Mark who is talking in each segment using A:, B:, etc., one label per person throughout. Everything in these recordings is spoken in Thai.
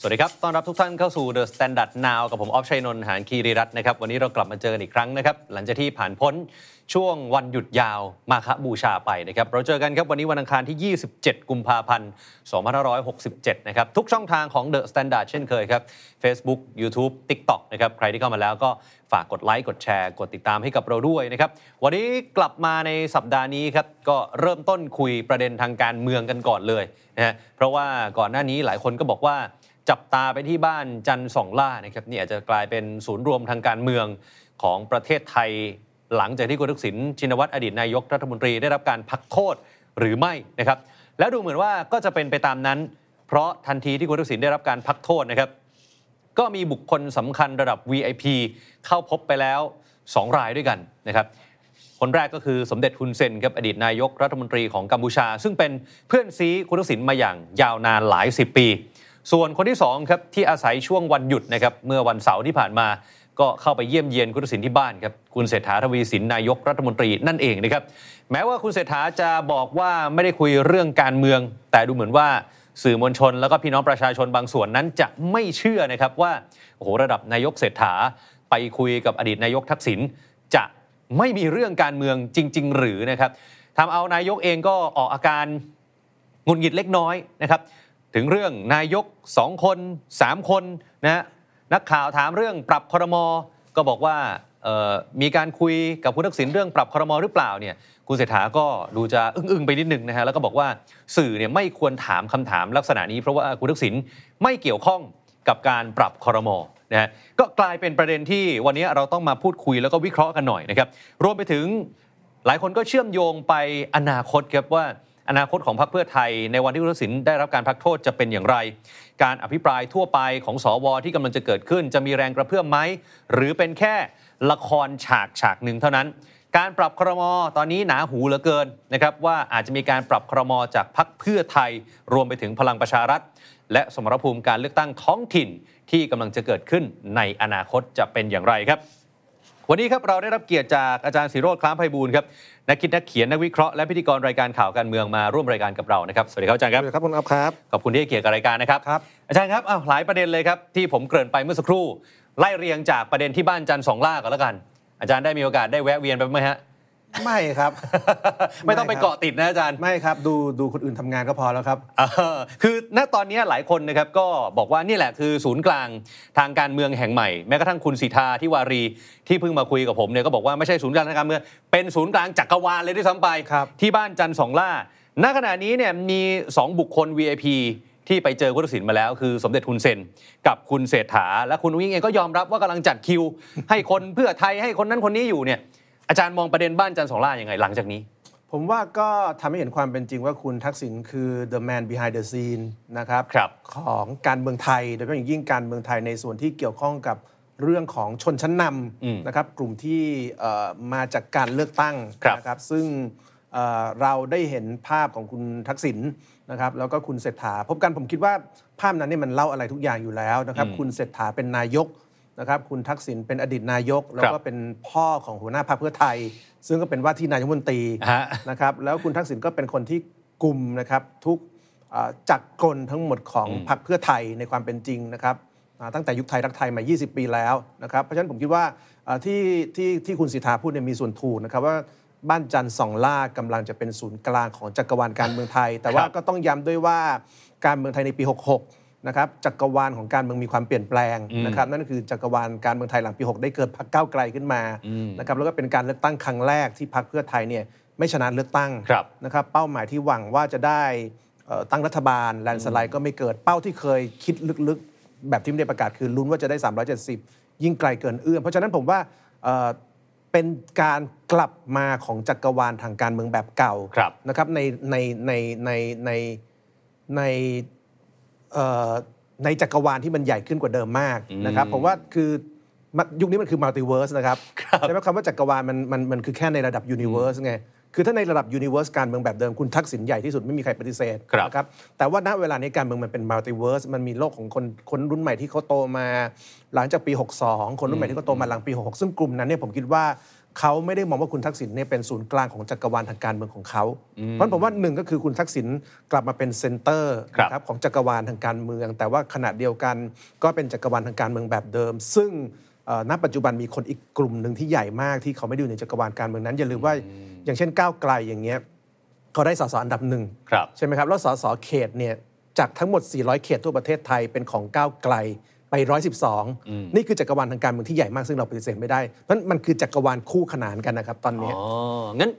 A: สวัสดีครับ ต้อนรับทุกท่านเข้าสู่ The Standard Now กับผมออฟชัยนนท์หานคีรีรัตน์นะครับ วันนี้เรากลับมาเจอกันอีกครั้งนะครับ หลังจากที่ผ่านพ้นช่วงวันหยุดยาวมาคบูชาไปนะครับ เราเจอกันครับวันนี้วันอังคารที่ 27 กุมภาพันธ์ 2567 นะครับ ทุกช่องทางของ The Standard เช่นเคยครับ Facebook YouTube TikTok นะครับ ใครที่เข้ามาแล้วก็ฝากกดไลค์ กดแชร์ กดติดตามให้กับเราด้วยนะครับ วันนี้กลับมาในสัปดาห์นี้ครับ ก็เริ่มต้นคุยประเด็นทางการเมืองกันก่อนเลยนะฮะ เพราะว่าก่อนหน้านี้หลายคนก็บอกว่า จับตาไปที่บ้านจันทร์สองล่านะครับนี่อาจจะกลายเป็นศูนย์รวมทางการเมืองของประเทศไทย หลังจากที่คุณทักษิณชินวัตรอดีตนายกรัฐมนตรีได้รับการพักโทษหรือไม่นะครับ แล้วดูเหมือนว่าก็จะเป็นไปตามนั้น เพราะทันทีที่คุณทักษิณได้รับการพักโทษนะครับ ก็มีบุคคลสำคัญระดับ VIP เข้าพบไปแล้ว 2 รายด้วยกันนะครับ คนแรกก็คือสมเด็จฮุนเซนครับอดีตนายกรัฐมนตรีของกัมพูชา ซึ่งเป็นเพื่อนซีคุณทักษิณมาอย่างยาวนานหลายสิบปี ส่วนคนที่สองครับที่อาศัยช่วงวันหยุดนะครับเมื่อวันเสาร์ที่ผ่านมา ก็เข้าไปเยี่ยมเยียนคุณทักษิณที่บ้านครับคุณเศรษฐาทวีสินนายกรัฐมนตรีนั่นเองนะครับแม้ว่าคุณเศรษฐาจะบอกว่าไม่ได้คุยเรื่องการเมือง แต่ดูเหมือนว่า สื่อมวลชนแล้วก็พี่น้องประชาชนบางส่วนนั้นจะไม่เชื่อนะครับว่าโอ้โหระดับนายกเศรษฐาไปคุยกับอดีตนายกทักษิณจะไม่มีเรื่องการเมืองจริง ๆ หรือนะครับทำเอานายกเองก็ออกอาการ หงุดหงิดเล็กน้อยนะครับ ถึงเรื่องนายก 2 คน 3 คนนะฮะนักข่าวถามเรื่องปรับคอรมอก็บอกว่าเอ่อมีการคุยกับคุณทักษิณเรื่องปรับคอรมอหรือเปล่าเนี่ยคุณเศรษฐาก็ดูจะอึ้งๆไปนิดนึงนะฮะแล้วก็บอกว่าสื่อเนี่ยไม่ควรถามคำถามลักษณะนี้เพราะว่าคุณทักษิณไม่เกี่ยวข้องกับการปรับคอรมอนะฮะก็กลายเป็นประเด็นที่วันนี้เราต้องมาพูดคุยแล้วก็วิเคราะห์กันหน่อยนะครับรวมไปถึง หลายคนก็เชื่อมโยงไปอนาคตครับว่าอนาคตของพรรคเพื่อไทย ในวันที่คุณทักษิณได้รับการพักโทษจะเป็นอย่างไร การอภิปรายทั่วไปของสอวที่กำลังจะเกิดขึ้น จะมีแรงกระเพื่อมไหม หรือเป็นแค่ละครฉากฉากหนึ่งเท่านั้น การปรับครมอตอนนี้หนาหูเหลือเกินนะครับว่าอาจจะมีการปรับครมอจากพรรคเพื่อไทย รวมไปถึงพลังประชารัฐ และสมรภูมิการเลือกตั้งท้องถิ่นที่กำลังจะเกิดขึ้นในอนาคตจะเป็นอย่างไรครับ วันนี้ครับเราได้รับเกียรติจากอาจารย์ศิโรธคล้ามไพบูลย์ครับนักคิดนักเขียนนักวิเคราะห์และพิธีกรรายการข่าวการเมืองมาร่วมรายการกับเรานะครับสวัสดีครับอาจารย์ครับ
B: สวัสดีครับคุณอัพครับ
A: ขอบคุณที่ให้เกียรติกับรายการนะครับ
B: ครับ
A: อาจารย์ครับอ้าวหลายประเด็นเลยครับที่ผมเกริ่นไปเมื่อสักครู่ ไล่เรียงจากประเด็นที่บ้านจันทร์สองล่าก่อนแล้วกัน อาจารย์ได้มีโอกาสได้แวะเวียนไปไหมฮะ
B: ไม่ครับ
A: ไม่ต้องไป
B: ไม่ครับ
A: เกาะติดนะอาจารย์
B: ไม่ครับดูดูคนอื่นทำงานก็พอแล้วครับ
A: เออคือณตอนนี้หลายคนนะครับก็บอกว่านี่แหละคือศูนย์กลางทางการเมืองแห่งใหม่ แม้กระทั่งคุณสิทธาที่วารีที่เพิ่งมาคุยกับผมเนี่ยก็บอกว่าไม่ใช่ศูนย์กลางทางการเมืองเป็นศูนย์กลางจักรวาลเลยด้วยซ้ำไป
B: ครับ
A: ที่บ้านจันทร์สองล่า ณขณะนี้เนี่ยมี 2 บุคคล VIP ที่ไปเจอคุณทักษิณมาแล้ว คือสมเด็จทุนเซน กับคุณเศรษฐา และคุณอุ้งอิงเองก็ยอมรับว่ากำลังจัดคิว ให้คนเพื่อไทยให้คนนั้นคนนี้อยู่เนี่ยอาจารย์มองประเด็นบ้านจันทร์สองล่ายังไงหลังจากนี้
B: ผมว่าก็ทำให้เห็นความเป็นจริงว่าคุณทักษิณคือ the man behind the scene นะครับ
A: ครับ
B: ของการเมืองไทย โดยเฉพาะอย่างยิ่งการเมืองไทยในส่วนที่เกี่ยวข้องกับเรื่องของชนชั้นนำนะครับกลุ่มที่เอ่อมาจากการเลือกตั้ง
A: ครับ
B: นะครับซึ่งเอ่อเราได้เห็นภาพของคุณทักษิณนะครับแล้วก็คุณเศรษฐาพบกันผมคิดว่าภาพนั้นเนี่ยมันเล่าอะไรทุกอย่างอยู่แล้วนะครับคุณเศรษฐาเป็นนายกนะครับคุณทักษิณเป็นอดีตนายก แล้ว
A: ครั
B: ก็
A: บ
B: เป็นพ่อของหัวหน้าพรรคเพื่อไทย ซึ่งก็เป็นว่าที่นายกรัฐมนตรี
A: ฮะ
B: นะครับแล้วคุณทักษิณก็เป็นคนที่กลุ่มนะครับทุกเอ่อจักรกลทั้งหมดของพรรคเพื่อไทยในความเป็นจริงนะครับอ่าตั้งแต่ยุคไทยรักไทยมา 20 ปีแล้วนะครับเพราะฉะนั้นผมคิดว่าเอ่อที่ที่ที่คุณสิทธาพูดเนี่ยมีส่วนถูกนะครับว่าบ้านจันทร์สองล่ากำลังจะเป็นศูนย์กลางของจักรวาลการเมืองไทย แต่ว่าก็ต้องย้ำด้วยว่าการเมืองไทยในปี 66 นะครับจักรวาลของการเมืองมีความเปลี่ยนแปลงนะครับนั่นก็คือจักรวาลการเมืองไทยหลังปี 6 ได้เกิดพรรคก้าวไกลขึ้นมานะครับแล้วก็เป็นการเลือกตั้งครั้งแรกที่พรรคเพื่อไทยเนี่ยไม่ชนะเลือกตั้ง
A: ครับ
B: นะครับเป้าหมายที่หวังว่าจะได้เอ่อตั้งรัฐบาลแลนสไลด์ก็ไม่เกิดเป้าที่เคยคิดลึกๆ แบบที่ไม่ได้ประกาศคือลุ้นว่าจะได้ 370 ยิ่งไกลเกินเอื้อมเพราะฉะนั้นผมว่าเอ่อเป็นการกลับมาของจักรวาลทางการเมืองแบบเก่า
A: ครับ
B: นะครับในในในในในในเอ่อในจักรวาลที่มันใหญ่ขึ้นกว่าเดิมมากนะครับผมว่าคือมันยุคนี้มันคือมัลติเวิร์สนะครับใช่ไหมคำว่าจักรวาลมันมันมันคือแค่ในระดับยูนิเวิร์สไง คือถ้าในระดับยูนิเวอร์สการเมืองแบบเดิมคุณทักษิณใหญ่ที่สุดไม่มีใครปฏิเสธ
A: ครับ
B: นะครับแต่ว่าณเวลานี้การเมืองมันเป็นมัลติเวิร์สมันมีโลกของคนคนรุ่นใหม่ที่เขาโตมา หลังจากปี 62 คนรุ่นใหม่ที่เขาโตมาหลังปี 66 ซึ่งกลุ่มนั้นเนี่ยผมคิดว่าเขาไม่ได้มองว่าคุณทักษิณเนี่ยเป็นศูนย์กลางของจักรวาลทางการเมืองของเขาเพราะฉะนั้นผมว่าหนึ่งก็คือคุณทักษิณกลับมาเป็นเซนเตอร์
A: ครับ
B: นะครับของจักรวาลทางการเมือง แต่ว่าขณะเดียวกันก็เป็นจักรวาลทางการเมืองแบบเดิม ซึ่งเอ่อณปัจจุบันมีคนอีกกลุ่มหนึ่งที่ใหญ่มากที่เขาไม่ได้อยู่ในจักรวาลการเมืองนั้นอย่าลืมว่าอย่างเช่นก้าวไกลอย่างเงี้ยเขาได้สสอันดับหนึ่ง
A: ครับ
B: ใช่ไหมครับ แล้วสสเขตเนี่ยจากทั้งหมด 400 เขตทั่วประเทศไทยเป็นของก้าวไกลไป 112 นี่คือจักรวาลทางการเมืองที่ใหญ่มากซึ่งเราปฏิเสธไม่ได้ เพราะฉะนั้นมันคือจักรวาลคู่ขนานกันนะครับตอนเนี้ย
A: อ๋อ งั้น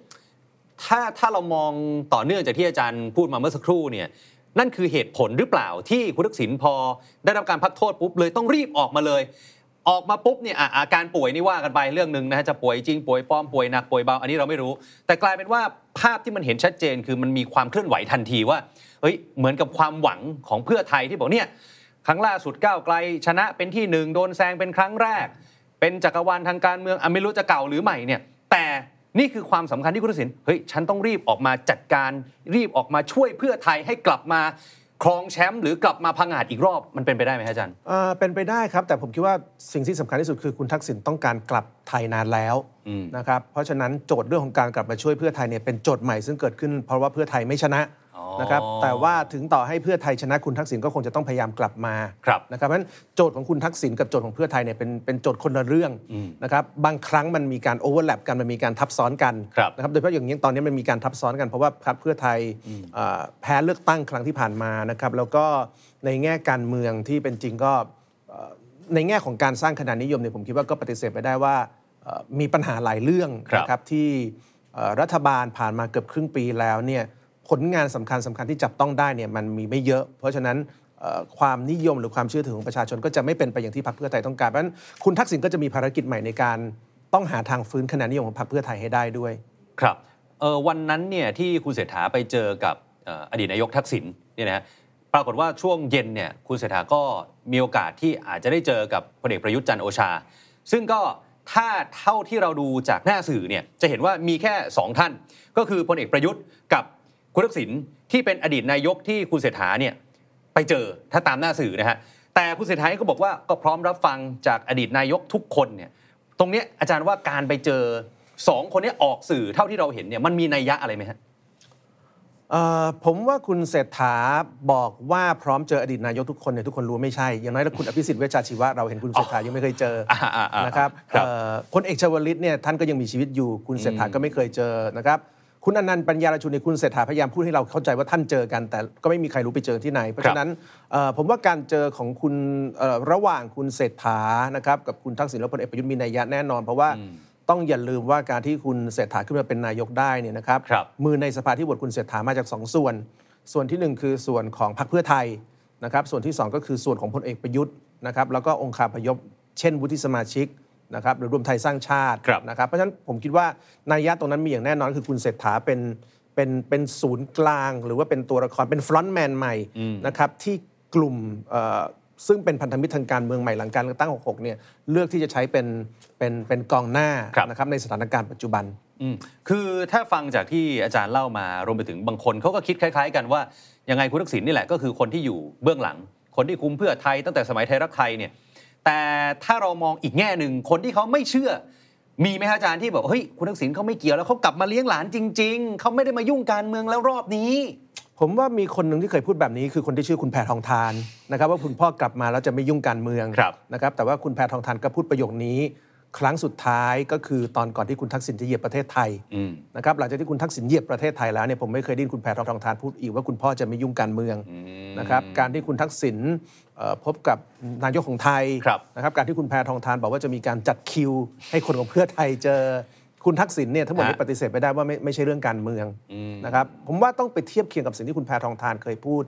A: ถ้าถ้าเรามองต่อเนื่องจากที่อาจารย์พูดมาเมื่อสักครู่เนี่ย นั่นคือเหตุผลหรือเปล่าที่คุณทักษิณพอได้รับการพักโทษปุ๊บเลยต้องรีบออกมาเลย ออกมาปุ๊บเนี่ยอ่ะอาการป่วยนี่ว่ากันไปเรื่องหนึ่งนะฮะจะป่วยจริงป่วยปลอมป่วยหนักป่วยเบาอันนี้เราไม่รู้ แต่กลายเป็นว่าภาพที่มันเห็นชัดเจนคือมันมีความเคลื่อนไหวทันทีว่าเฮ้ยเหมือนกับความหวังของเพื่อไทยที่บอกเนี่ยครั้งล่าสุดก้าวไกล ชนะเป็นที่หนึ่งโดนแซงเป็นครั้งแรก เป็นจักรวาลทางการเมืองอะไม่รู้จะเก่าหรือใหม่เนี่ย แต่นี่คือความสำคัญที่คุณทักษิณเฮ้ย ฉันต้องรีบออกมาจัดการ รีบออกมาช่วยเพื่อไทยให้กลับมาครองแชมป์หรือกลับมาพังอาจอีกรอบมันเป็นไปได้ไหมฮะอาจารย์
B: เอ่อเป็นไปได้ครับ แต่ผมคิดว่าสิ่งที่สำคัญที่สุดคือคุณทักษิณต้องการกลับไทยนานแล้ว
A: อืม
B: นะครับเพราะฉะนั้นโจทย์เรื่องของการกลับมาช่วยเพื่อไทยเนี่ยเป็นโจทย์ใหม่ซึ่งเกิดขึ้นเพราะว่าเพื่อไทยไม่ชนะ
A: อ๋อ
B: นะครับแต่ว่าถึงต่อให้เพื่อไทยชนะคุณทักษิณก็คงจะต้องพยายามกลับมา
A: ครับ
B: นะครับเพราะฉะนั้นโจทย์ของคุณทักษิณกับโจทย์ของเพื่อไทยเนี่ยเป็นเป็นโจทย์คนละเรื่องนะครับบางครั้งมันมีการโอเวอร์แลปกันมันมีการทับซ้อนกัน
A: ครับ
B: นะครับโดยเฉพาะอย่างนี้ตอนนี้มันมีการทับซ้อนกันเพราะว่าพรรคเพื่อไทยเอ่อแพ้เลือกตั้งครั้งที่ผ่านมานะครับแล้วก็ในแง่การเมืองที่เป็นจริงก็ เอ่อในแง่ของการสร้างคะแนนนิยมเนี่ยผมคิดว่าก็ปฏิเสธไม่ได้ว่าเอ่อมีปัญหาหลายเรื่อง
A: ครับ
B: นะครับที่เอ่อรัฐบาลผ่านมาเกือบครึ่งปีแล้วเนี่ยผลงานสำคัญสำคัญที่จับต้องได้เนี่ยมันมีไม่เยอะ เพราะฉะนั้นเอ่อความนิยมหรือความเชื่อถือของประชาชนก็จะไม่เป็นไปอย่างที่พรรคเพื่อไทยต้องการเพราะฉะนั้นคุณทักษิณก็จะมีภารกิจใหม่ในการต้องหาทางฟื้นคะแนนนิยมของพรรคเพื่อไทยให้ได้ด้วย
A: ครับเอ่อวันนั้นเนี่ยที่คุณเศรษฐาไปเจอกับเอ่ออดีตนายกทักษิณเนี่ยนะฮะปรากฏว่าช่วงเย็นเนี่ยคุณเศรษฐาก็มีโอกาสที่อาจจะได้เจอกับพลเอกประยุทธ์จันทร์โอชา ซึ่งก็ถ้าเท่าที่เราดูจากหน้าสื่อเนี่ยจะเห็นว่ามีแค่ 2 ท่าน ก็คือพลเอกประยุทธ์กับคุณทักษิณที่เป็นอดีตนายกที่คุณเศรษฐาเนี่ย ไปเจอถ้าตามหน้าสื่อนะฮะ แต่คุณเศรษฐาเองก็บอกว่าก็พร้อมรับฟังจากอดีตนายกทุกคนเนี่ย ตรงเนี้ยอาจารย์ว่าการไปเจอสองคนเนี้ยออกสื่อเท่าที่เราเห็นเนี่ยมันมีนัยยะอะไรไหมฮะ
B: เอ่อผมว่าคุณเศรษฐาบอกว่าพร้อมเจออดีตนายกทุกคนเนี่ยทุกคนรู้ไม่ใช่ อย่างน้อยแล้วคุณอภิสิทธิ์เวชชาชีวะเราเห็นคุณเศร ษฐายังไม่เคยเจอ
A: อ่าอ่าอ่าน
B: นะครับ
A: ครับ
B: เอ่อพลเอกชวลิตเนี่ยท่านก็ยังมีชีวิตอยู่ คุณเศรษฐาก็ไม่เคยเจอนะครับคุณอนันต์ปัญญาราชุนเนี่ยคุณเศรษฐาพยายามพูดให้เราเข้าใจว่าท่านเจอกัน แต่ก็ไม่มีใครรู้ไปเจอที่ไหน เพราะฉะนั้นเอ่อผมว่าการเจอของคุณเอ่อระหว่างคุณเศรษฐานะครับกับคุณทักษิณและพลเอกประยุทธ์มีนัยยะแน่นอน เพราะว่าต้องอย่าลืมว่าการที่คุณเศรษฐาขึ้นมาเป็นนายกได้เนี่ยนะครับ
A: ครับ
B: มือในสภาที่โหวตคุณเศรษฐามาจากสองส่วน ส่วนที่หนึ่งคือส่วนของพรรคเพื่อไทยนะครับ ส่วนที่สองก็คือส่วนของพลเอกประยุทธ์นะครับ แล้วก็องค์คาพยพ เช่นวุฒิสมาชิกนะครับหรือรวมไทยสร้างชาติ
A: ครับ
B: นะครับ เพราะฉะนั้นผมคิดว่านัยยะตรงนั้นมีอย่างแน่นอนคือคุณเศรษฐาเป็นเป็นเป็นศูนย์กลาง หรือว่าเป็นตัวละครเป็นฟรอนต์แมนใหม่นะครับที่กลุ่มเอ่อซึ่งเป็นพันธมิตรทางการเมืองใหม่หลังการเลือกตั้ง 66 เนี่ยเลือกที่จะใช้เป็นเป็นเป็นกองหน้า
A: ครับ
B: นะครับในสถานการณ์ปัจจุบัน
A: อืมคือถ้าฟังจากที่อาจารย์เล่ามารวมไปถึงบางคนเขาก็คิดคล้าย ๆ กันว่ายังไงคุณทักษิณนี่แหละก็คือคนที่อยู่เบื้องหลัง คนที่คุมเพื่อไทยตั้งแต่สมัยไทยรักไทยเนี่ยแต่ถ้าเรามองอีกแง่หนึ่งคนที่เขาไม่เชื่อ มีไหมฮะอาจารย์ที่แบบเฮ้ยคุณทักษิณเขาไม่เกี่ยวแล้วเขากลับมาเลี้ยงหลานจริง ๆเขาไม่ได้มายุ่งการเมืองแล้วรอบนี้
B: ผมว่ามีคนหนึ่งที่เคยพูดแบบนี้คือคนที่ชื่อคุณแพทองทานนะครับว่าคุณพ่อกลับมาแล้วจะไม่ยุ่งการเมือง
A: ครับ
B: นะครับแต่ว่าคุณแพทองทานก็พูดประโยคนี้ ครั้งสุดท้ายก็คือตอนก่อนที่คุณทักษิณจะเหยียบประเทศไทย
A: อืม
B: นะครับหลังจากที่คุณทักษิณเหยียบประเทศไทยแล้วเนี่ยผมไม่เคยได้ยินคุณแพทองทานพูดอีกว่าคุณพ่อจะไม่ยุ่งการเมืองนะครับการที่คุณทักษิณเอ่อพบกับนายกของไทย
A: ครับ
B: นะครับการที่คุณแพทองทานบอกว่าจะมีการจัดคิว ให้คนของเพื่อไทยเจอคุณทักษิณเนี่ยทั้งหมดนี้
A: ฮะ
B: ปฏิเสธไม่ได้ว่าไม่ไม่ใช่เรื่องการเมืองนะครับผมว่าต้องไปเทียบเคียงกับสิ่งที่คุณแพทองทานเคยพูด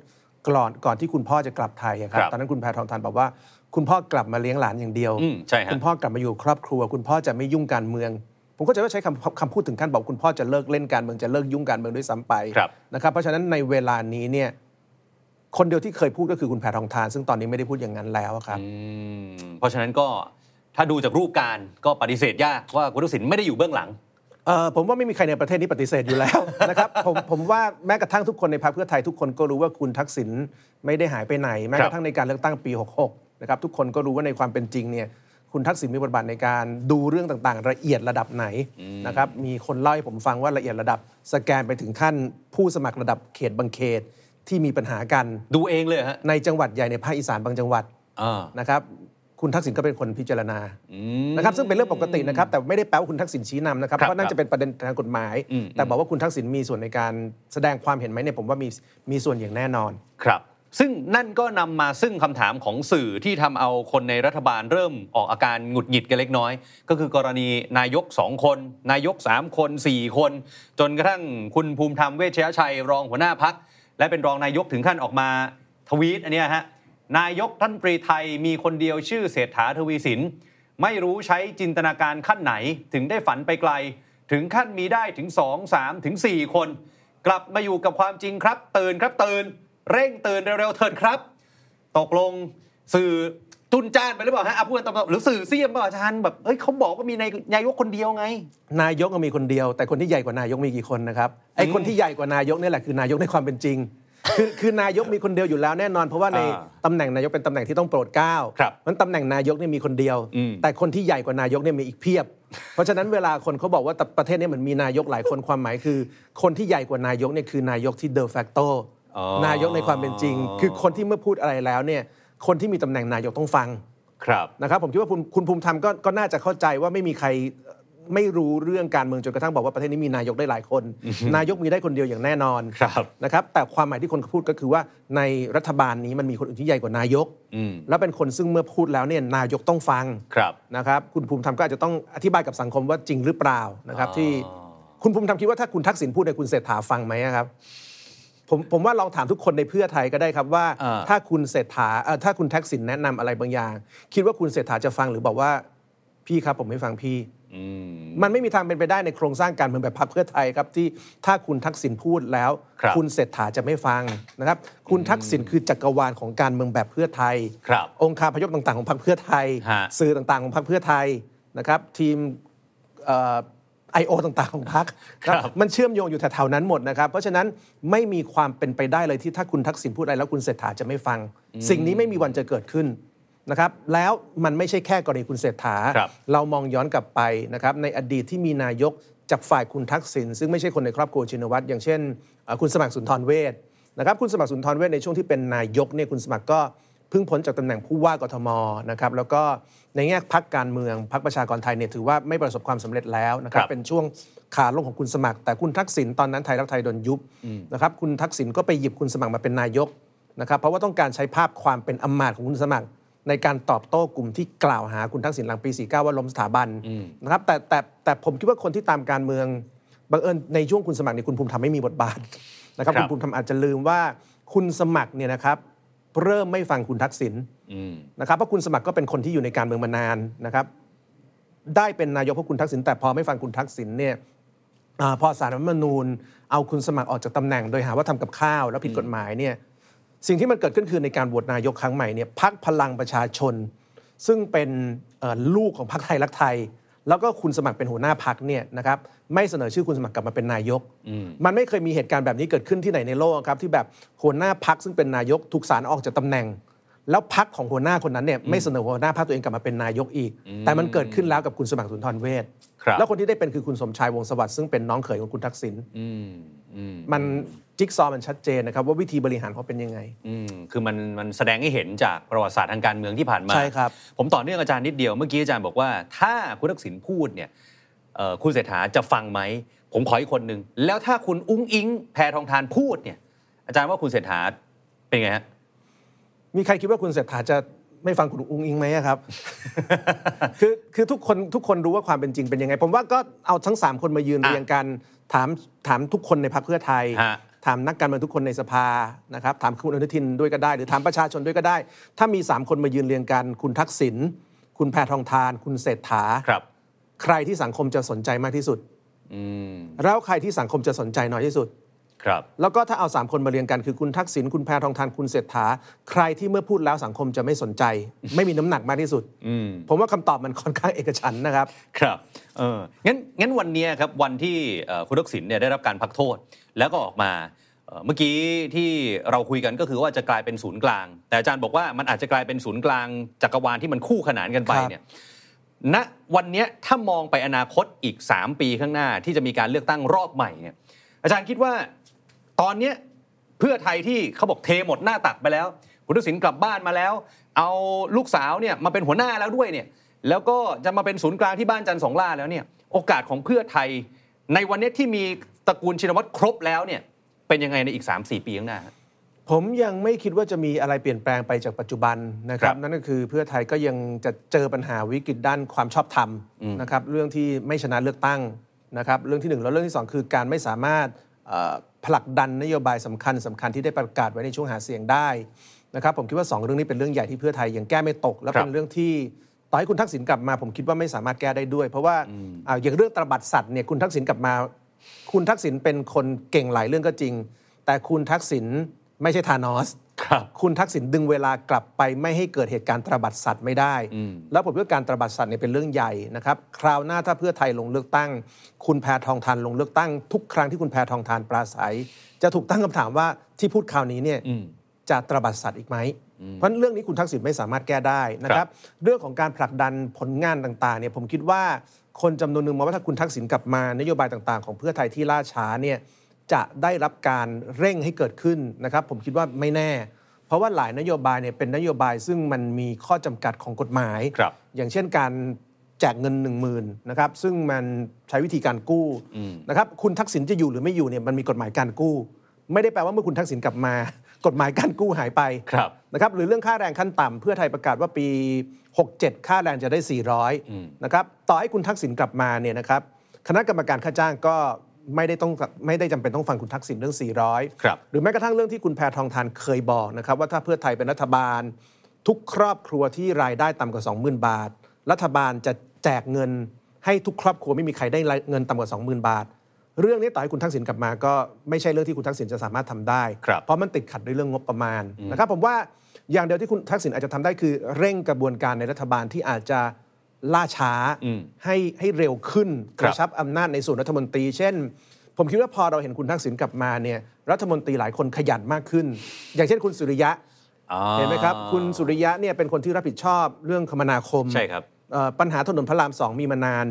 B: ก่อนก่อนที่คุณพ่อจะกลับไทยอะครั
A: ค
B: บ
A: รับ
B: ตอนนั้นคุณแพทองทานบอกว่า คุณพ่อกลับมาเลี้ยงหลานอย่างเดียว
A: อืมใช่ฮะ
B: คุณพ่อกลับมาอยู่กับครอบครัว คุณพ่อจะไม่ยุ่งการเมือง ผมก็จะว่าใช้คำคำพูดถึงขั้นบอกคุณพ่อจะเลิกเล่นการเมืองจะเลิกยุ่งการเมืองด้วยซ้ำไปนะครับเพราะฉะนั้นในเวลานี้เนี่ยคนเดียวที่เคยพูดก็คือคุณแพทองทาน ซึ่งตอนนี้ไม่ได้พูดอย่างนั้นแล้วอะครับ
A: อืมเพราะฉะนั้นก็ถ้าดูจากรูปการณ์ก็ปฏิเสธยากว่าคุณทักษิณไม่ได้อยู่เบื้องหลัง
B: เอ่อผมว่าไม่มีใครในประเทศนี้ปฏิเสธอยู่แล้ว นะครับผมผมว่าแม้กระทั่งทุกคนในพรรคเพื่อไทยทุกคนก็รู้ว่าคุณทักษิณไม่ได้หายไปไหน แม้กระทั่งในการเลือกตั้งปี 66 นะครับทุกคนก็รู้ว่าในความเป็นจริงเนี่ยคุณทักษิณมีบทบาทในการดูเรื่องต่างๆ ละเอียดระดับไหนนะครับมีคนเล่าให้ผมฟังว่าละเอียดระดับ สแกนไปถึงขั้นผู้สมัครระดับเขตบางเขตที่มีปัญหากัน
A: ดูเองเลยเหรอฮะ
B: ในจังหวัดใหญ่ในภาคอีสานบางจังหวัด
A: อ่า
B: นะครับคุณทักษิณก็เป็นคนพิจารณานะครับซึ่งเป็นเรื่องปกตินะครับแต่ไม่ได้แปลว่าคุณทักษิณชี้นำนะครับ
A: ครับ
B: เพราะนั่นจะเป็นประเด็นทางกฎหมาย
A: อืม
B: แต่บอกว่าคุณทักษิณมีส่วนในการแสดงความเห็นไหมเนี่ยผมว่ามีมีส่วนอย่างแน่นอน
A: ครับ ซึ่งนั่นก็นำมาซึ่งคำถามของสื่อที่ทำเอาคนในรัฐบาลเริ่มออกอาการหงุดหงิดกันเล็กน้อย ก็คือกรณีนายก 2 คน นายก 3 คน 4 คน จนกระทั่งคุณภูมิธรรมเวชยชัย รองหัวหน้าพัก และเป็นรองนายกถึงขั้นออกมาทวีตอันเนี้ยฮะ นายกท่านปรีไทยมีคนเดียวชื่อเศรษฐาทวีสิน ไม่รู้ใช้จินตนาการขั้นไหนถึงได้ฝันไปไกล ถึงขั้นมีได้ถึง 2 3 ถึง 4 คน กลับมาอยู่กับความจริงครับตื่นครับตื่น เร่งตื่นเร็วๆเถิดครับ ตกลงสื่อจุนจ้านไปหรือเปล่าฮะอ่ะพูดกันตามๆหรือสื่อเสียมเปล่าอาจารย์แบบเอ้ยเขาบอกว่ามีนายนายกคนเดียวไง
B: นายกก็มีคนเดียว แต่คนที่ใหญ่กว่านายกมีกี่คนนะครับไอ้คนที่ใหญ่กว่านายกเนี่ยแหละคือนายกในความเป็นจริง คือคือนายกมีคนเดียวอยู่แล้วแน่นอน เพราะว่าใน
A: อ่า
B: ตำแหน่งนายกเป็นตำแหน่งที่ต้องโปรดเกล้า
A: ครับ
B: มันตำแหน่งนายกเนี่ยมีคนเดียว
A: อืม
B: แต่คนที่ใหญ่กว่านายกเนี่ยมีอีกเพียบ เพราะฉะนั้นเวลาคนเขาบอกว่าประเทศเนี้มันมีนายกหลายคนความหมายคือ คนที่ใหญ่กว่านายกเนี่ยคือนายกที่ de facto
A: อ๋อน
B: ายกในความเป็นจริง คือคนที่เมื่อพูดอะไรแล้วเนี่ยคนที่มีตำแหน่งนายกต้องฟัง
A: ครับ
B: นะครับผมคิดว่าคุณคุณภูมิธรรมก็ก็น่าจะเข้าใจว่าไม่มีใครไม่รู้เรื่องการเมืองจนกระทั่งบอกว่าประเทศนี้มีนายกได้หลายคน นายกมีได้คนเดียวอย่างแน่นอน
A: ครับ
B: นะครับแต่ความหมายที่คนพูดก็คือว่าในรัฐบาลนี้มันมีคนอื่นที่ใหญ่กว่านายก
A: อืม
B: และเป็นคนซึ่งเมื่อพูดแล้วเนี่ยนายกต้องฟัง
A: ครับ
B: นะครับคุณภูมิธรรมก็อาจจะต้องอธิบายกับสังคมว่าจริงหรือเปล่านะครับ
A: อ๋อ
B: ที่คุณภูมิธรรมคิดว่าถ้าคุณทักษิณพูดเนี่ยคุณเศรษฐาฟังไหมอะครับผมผมว่าลองถามทุกคนในเพื่อไทยก็ได้ครับว่า
A: อ่า
B: ถ้าคุณเศรษฐาเอ่อถ้าคุณทักษิณแนะนำอะไรบางอย่าง คิดว่าคุณเศรษฐาจะฟังหรือบอกว่าพี่ครับผมไม่ฟังพี่
A: อืม
B: มันไม่มีทางเป็นไปได้ในโครงสร้างการเมืองแบบพรรคเพื่อไทยครับที่ถ้าคุณทักษิณพูดแล้ว
A: ครับ
B: ณเศรษฐาจะไม่ฟังนะครับ คุณทักษิณคือจักรวาลของการเมืองแบบเพื่อไทย
A: ครับ
B: องค์คาพยพต่าง ๆ ของพรรคเพื่อไทย
A: ฮะ
B: สื่อต่างๆของพรรคเพื่อไทยนะครับทีมไอโอ IO ต่างๆของพรรค
A: ครับ
B: มันเชื่อมโยงอยู่แถวๆนั้นหมดนะครับเพราะฉะนั้นไม่มีความเป็นไปได้เลยที่ถ้าคุณทักษิณพูดอะไรแล้วคุณเศรษฐาจะไม่ฟัง สิ่งนี้ไม่มีวันจะเกิดขึ้นนะครับแล้วมันไม่ใช่แค่กรณีคุณเศรษฐา
A: ครับ
B: เรามองย้อนกลับไปนะครับในอดีตที่มีนายกจากฝ่ายคุณทักษิณซึ่งไม่ใช่คนในครอบครัวชินวัตรอย่างเช่นเอ่อคุณสมัครสุนทรเวชนะครับคุณสมัครสุนทรเวชในช่วงที่เป็นนายกเนี่ยคุณสมัครก็เพิ่งพ้นจากตำแหน่งผู้ว่ากทมนะครับแล้วก็ในแง่พักการเมืองพักประชากรไทยเนี่ยถือว่าไม่ประสบความสำเร็จแล้วนะครั
A: ครับ บ
B: เป็นช่วงขาลงของคุณสมัคร แต่คุณทักษิณตอนนั้นไทยรักไทยโดนยุบนะครับคุณทักษิณก็ไปหยิบคุณสมัครมาเป็นนายกนะครับเพราะว่าต้องการใช้ภาพความเป็นอำมาตย์ของคุณสมัคร ในการตอบโต้กลุ่มที่กล่าวหาคุณทักษิณหลังปี 49 ว่าล้มสถาบันนะครับแต่แต่แต่ผมคิดว่าคนที่ตามการเมืองบังเอิญในช่วงคุณสมัครเนี่ยคุณภูมิธรรมไม่มีบทบาทนะครับ
A: ครับ
B: คุณภูมิธรรมอาจจะลืมว่าคุณสมัครเนี่ยนะครับเริ่มไม่ฟังคุณทักษิณ
A: อืม
B: นะครับเพราะคุณสมัครก็เป็นคนที่อยู่ในการเมืองมานานนะครับ ได้เป็นนายกเพราะคุณทักษิณแต่พอไม่ฟังคุณทักษิณเนี่ยอาพอสารรัฐธรรมนูญ เอาคุณสมัครออกจากตำแหน่งโดยหาว่าทำกับข้าวแล้วผิดกฎหมายเนี่ยสิ่งที่มันเกิดขึ้นคือในการโหวตนายกครั้งใหม่เนี่ยพักพลังประชาชน ซึ่งเป็นเอ่อลูกของพรรคไทยรักไทย แล้วก็คุณสมัครเป็นหัวหน้าพักเนี่ยนะครับไม่เสนอชื่อคุณสมัครกลับมาเป็นนายก มันไม่เคยมีเหตุการณ์แบบนี้เกิดขึ้นที่ไหนในโลกครับที่แบบหัวหน้าพักซึ่งเป็นนายกถูกสารออกจากตำแหน่ง แล้วพักของหัวหน้าคนนั้นเนี่ยไม่เสนอหัวหน้าพักตัวเองกลับมาเป็นนายกอีก แต่มันเกิดขึ้นแล้วกับคุณสมัครสุนทรเวช
A: ครับ
B: แล้วคนที่ได้เป็นคือคุณสมชายวงศ์สวัสดิ์ซึ่งเป็นน้องเขยของคุณทักษิณ
A: อืมอืม
B: มันจิ๊กซอว์มันชัดเจนนะครับว่าวิธีบริหารเขาเป็นยังไง
A: อืมคือมันมันแสดงให้เห็นจากประวัติศาสตร์ทางการเมืองที่ผ่านมา
B: ใช่ครับ
A: ผมต่อเนื่องอาจารย์นิดเดียวเมื่อกี้อาจารย์บอกว่าถ้าคุณทักษิณพูดเนี่ยเอ่อคุณเศรษฐาจะฟังไหม ผมขออีกคนหนึ่งแล้วถ้าคุณอุ้งอิงแพทองทานพูดเนี่ย อาจารย์ว่าคุณเศรษฐาเป็นไงฮะ
B: มีใครคิดว่าคุณเศรษฐาจะไม่ฟังคุณอุ้งอิงไหมอะครับ คือคือทุกคนทุกคนรู้ว่าความเป็นจริงเป็นยังไง ผมว่าก็เอาทั้ง 3 คนมายืน
A: อ่ะ
B: เรียงกันถามถามทุกคนในพรรคเพื่อไทย
A: ฮะ
B: ถามนักการเมืองทุกคนในสภานะครับถามคุณอนุทินด้วยก็ได้ หรือถามประชาชนด้วยก็ได้ ถ้ามี 3 คนมายืนเรียงกัน คุณทักษิณคุณแพทองทาน คุณเศรษฐา
A: ครับ
B: ใครที่สังคมจะสนใจมากที่สุด
A: อืม
B: แล้วใครที่สังคมจะสนใจน้อยที่สุด
A: ครับ
B: แล้วก็ถ้าเอา 3 คนมาเรียงกันคือคุณทักษิณคุณแพทองทานคุณเศรษฐา ใครที่เมื่อพูดแล้วสังคมจะไม่สนใจ ไม่มีน้ำหนักมากที่สุด
A: อืม
B: ผมว่าคำตอบมันค่อนข้างเอกฉันท์นะครับ
A: ครับเอองั้นงั้นวันเนี้ยครับวันที่เอ่อคุณทักษิณเนี่ยได้รับการพักโทษ แล้วก็ออกมาเอ่อเมื่อกี้ที่เราคุยกันก็คือว่าจะกลายเป็นศูนย์กลาง แต่อาจารย์บอกว่ามันอาจจะกลายเป็นศูนย์กลางจักรวาลที่มันคู่ขนานกันไป
B: ครับ
A: เนี่ยณวันเนี้ยถ้ามองไปอนาคตอีก 3 ปีข้างหน้าที่จะมีการเลือกตั้งรอบใหม่เนี่ยอาจารย์คิดว่าตอนเนี้ยเพื่อไทยที่เขาบอกเทหมดหน้าตักไปแล้ว คุณทักษิณกลับบ้านมาแล้ว เอาลูกสาวเนี่ยมาเป็นหัวหน้าแล้วด้วยเนี่ย แล้วก็จะมาเป็นศูนย์กลางที่บ้านจันทร์สองล่าแล้วเนี่ย โอกาสของเพื่อไทย ในวันเนี้ยที่มีตระกูลชินวัตรครบแล้วเนี่ย เป็นยังไงในอีก 3-4 ปีข้างหน้าฮะ
B: ผมยังไม่คิดว่าจะมีอะไรเปลี่ยนแปลงไปจากปัจจุบันนะครั
A: ครับ บ
B: นั่นก็คือเพื่อไทยก็ยังจะเจอปัญหาวิกฤตด้านความชอบธรรมนะครับเรื่องที่ไม่ชนะเลือกตั้งนะครับเรื่องที่หนึ่งแล้วเรื่องที่สองคือการไม่สามารถเอ่อผลักดันนโยบายสำคัญสำคัญที่ได้ประกาศไว้ในช่วงหาเสียงได้นะครับผมคิดว่าสองเรื่องนี้เป็นเรื่องใหญ่ที่เพื่อไทยยังแก้ไม่ตก และ
A: ครับ
B: เป็นเรื่องที่ต่อให้คุณทักษิณกลับมา ผมคิดว่าไม่สามารถแก้ได้ด้วย เพราะว่าอ่าอย่างเรื่องตระบัดสัตว์เนี่ยคุณทักษิณกลับมา คุณทักษิณเป็นคนเก่งหลายเรื่องก็จริง แต่คุณทักษิณไม่ใช่ธานอส
A: ครับ
B: คุณทักษิณดึงเวลากลับไปไม่ให้เกิดเหตุการณ์ตระบัดสัตว์ไม่ได้ แล้วผมว่าการตระบัดสัตว์เนี่ยเป็นเรื่องใหญ่นะครับคราวหน้าถ้าเพื่อไทยลงเลือกตั้ง คุณแพทองทานลงเลือกตั้ง ทุกครั้งที่คุณแพทองทานปราศัย จะถูกตั้งคำถามว่าที่พูดคราวนี้เนี่ยจะตระบัดสัตว์อีกไหมเพราะเรื่องนี้คุณทักษิณไม่สามารถแก้ได้นะครับ เรื่องของการผลักดันผลงานต่างๆเนี่ยผมคิดว่าคนจำนวนหนึ่งมองว่าถ้าคุณทักษิณกลับมานโยบายต่างๆ ของเพื่อไทยที่ล่าช้าเนี่ย จะได้รับการเร่งให้เกิดขึ้นนะครับ ผมคิดว่าไม่แน่ เพราะว่าหลายนโยบายเนี่ยเป็นนโยบายซึ่งมันมีข้อจำกัดของกฎหมาย
A: ครับ
B: อย่างเช่นการแจกเงิน 1 0,000นะครับซึ่งมันใช้วิธีการกู้นะครับคุณทักษิณจะอยู่หรือไม่อยู่เนี่ยมันมีกฎหมายการกู้ ไม่ได้แปลว่าเมื่อคุณทักษิณกลับมา กฎหมายการกู้หายไป
A: ครับ
B: นะครับหรือเรื่องค่าแรงขั้นต่ำเพื่อไทยประกาศว่าปี 67 ค่าแรงจะได้ 400นะครับต่อให้คุณทักษิณกลับมาเนี่ยนะครับคณะกรรมการค่าจ้างก็ไม่ได้ต้องไม่ได้จำเป็นต้องฟังคุณทักษิณเรื่อง 400
A: ครับ
B: หรือแม้กระทั่งเรื่องที่คุณแพทองทานเคยบอกนะครับว่าถ้าเพื่อไทยเป็นรัฐบาล ทุกครอบครัวที่รายได้ต่ำกว่า 20,000 บาท รัฐบาลจะแจกเงินให้ทุกครอบครัวไม่มีใครได้เงินต่ำกว่า 20,000 บาท เรื่องนี้ต่อให้คุณทักษิณกลับมาก็ไม่ใช่เรื่องที่คุณทักษิณจะสามารถทำได้
A: ครับ
B: เพราะมันติดขัดด้วยเรื่องงบประมาณนะครับผมว่าอย่างเดียวที่คุณทักษิณอาจจะทำได้คือเร่งกระบวนการในรัฐบาลที่อาจจะล่าช้าให้ให้เร็วขึ้น
A: ค
B: ก
A: รับ
B: ระชับอำนาจในส่วนรัฐมนตรี เช่น ผมคิดว่าพอเราเห็นคุณทักษิณกลับมาเนี่ยรัฐมนตรีหลายคนขยันมากขึ้น อย่างเช่นคุณสุริยะ
A: อ่า
B: เห็นไหมครับ คุณสุริยะเนี่ยเป็นคนที่รับผิดชอบเรื่องคมนาคม
A: ใช่ครับ
B: เอ่อปัญหาถนนพระรามสองมีมานาน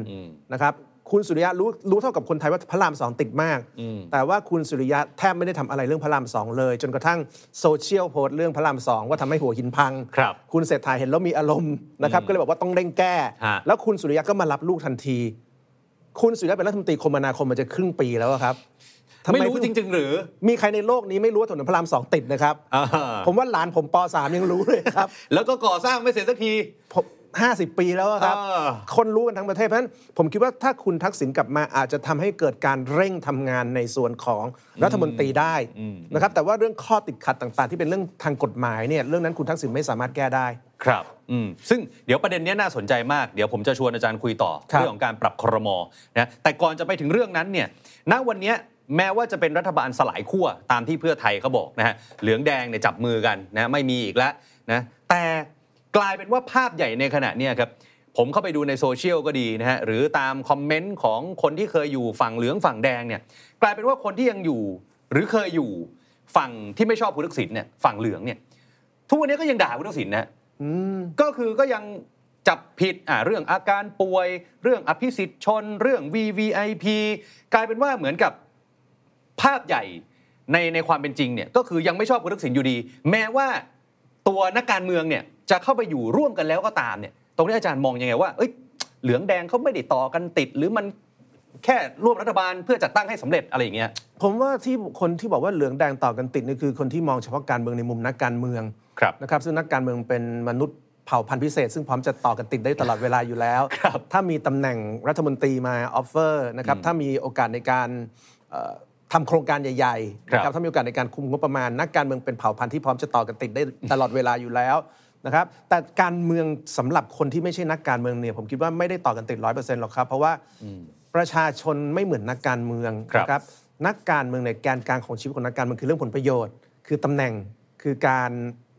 B: นะครับคุณสุริยะรู้รู้เท่ากับคนไทยว่าพระรามสองติดมาก แต่ว่าคุณสุริยะแทบไม่ได้ทำอะไรเรื่องพระรามสองเลย จนกระทั่งโซเชียลโพสต์เรื่องพระรามสองว่าทำให้หัวหินพัง
A: ครับ
B: คุณเศรษฐาเห็นแล้วมีอารมณ์นะครับก็เลยบอกว่าต้องเร่งแก้
A: ฮะ
B: แล้วคุณสุริยะก็มารับลูกทันที คุณสุริยะเป็นรัฐมนตรีคมนาคมมาจะครึ่งปีแล้วอะครับทำ
A: ไม่รู้จ
B: เพิ่
A: ริง ๆ หรือ
B: มีใครในโลกนี้ไม่รู้ว่าถนนพระรามสองติดนะครับ
A: อ่า
B: ผมว่าหลานผมปสามยังรู้เลยครับ
A: แล้วก็ก่อสร้างไม่เสร็จสักที
B: ผมห้าสิบปีแล้วอะครับ
A: เออ
B: คนรู้กันทั้งประเทศเพราะฉะนั้นผมคิดว่าถ้าคุณทักษิณกลับมาอาจจะทำให้เกิดการเร่งทำงานในส่วนของรัฐมนตรีได้นะครับแต่ว่าเรื่องข้อติดขัดต่างๆ ที่เป็นเรื่องทางกฎหมายเนี่ยเรื่องนั้นคุณทักษิณไม่สามารถแก้ได้
A: ครับอืมซึ่งเดี๋ยวประเด็นเนี้ยน่าสนใจมาก เดี๋ยวผมจะชวนอาจารย์คุยต่อ
B: ครับ
A: เรื่องของการปรับครมนะแต่ก่อนจะไปถึงเรื่องนั้นเนี่ยณวันเนี้ยแม้ว่าจะเป็นรัฐบาลสลายขั้วตามที่เพื่อไทยเขาบอกนะฮะเหลืองแดงเนี่ยจับมือกันนะไม่มีอีกแล้วนะแต่กลายเป็นว่าภาพใหญ่ในขณะเนี้ยครับ ผมเข้าไปดูในโซเชียลก็ดีนะฮะหรือตามคอมเมนต์ของคนที่เคยอยู่ฝั่งเหลืองฝั่งแดงเนี่ยกลายเป็นว่าคนที่ยังอยู่ หรือเคยอยู่ฝั่งที่ไม่ชอบคุณทักษิณเนี่ยฝั่งเหลืองเนี่ยทุกวันนี้ก็ยังด่าคุณทักษิณนะฮะ ก็คือก็ยังจับผิดอ่าเรื่องอาการป่วย เรื่องอภิสิทธิ์ชน เรื่อง VVIP กลายเป็นว่าเหมือนกับภาพใหญ่ในในความเป็นจริงเนี่ยก็คือยังไม่ชอบคุณทักษิณอยู่ดี แม้ว่าตัวนักการเมืองเนี่ยจะเข้าไปอยู่ร่วมกันแล้วก็ตามเนี่ยตรงนี้อาจารย์มองยังไงว่าเอ้ยเหลืองแดงเขาไม่ได้ต่อกันติด หรือมันแค่ร่วมรัฐบาลเพื่อจัดตั้งให้สำเร็จอะไรอย่างเงี้ย
B: ผมว่าที่คนที่บอกว่าเหลืองแดงต่อกันติดนี่คือคนที่มองเฉพาะการเมืองในมุมนักการเมือง
A: ครับ
B: นะครับซึ่งนักการเมืองเป็นมนุษย์เผ่าพันธุ์พิเศษ ซึ่งพร้อมจะต่อกันติดได้ตลอดเวลาอยู่แล้ว
A: ครับ
B: ถ้ามีตำแหน่งรัฐมนตรีมาออฟเฟอร์นะครับถ้ามีโอกาสในการเอ่อทำโครงการใหญ่ๆนะครับ ถ้ามีโอกาสในการคุมงบประมาณ นักการเมืองเป็นเผ่าพันธุ์ที่พร้อมจะต่อกันติดได้ตลอดเวลาอยู่แล้วนะครับแต่การเมืองสำหรับคนที่ไม่ใช่นักการเมืองเนี่ยผมคิดว่าไม่ได้ต่อกันติดร้อยเปอร์เซ็นต์หรอกครับเพราะว่าประชาชนไม่เหมือนนักการเมือง
A: ครับ
B: นะครับ นักการเมืองในยแกนกลางของชีวิตของนักการเมืองคือเรื่องผลประโยชน์ คือตำแหน่งคือการ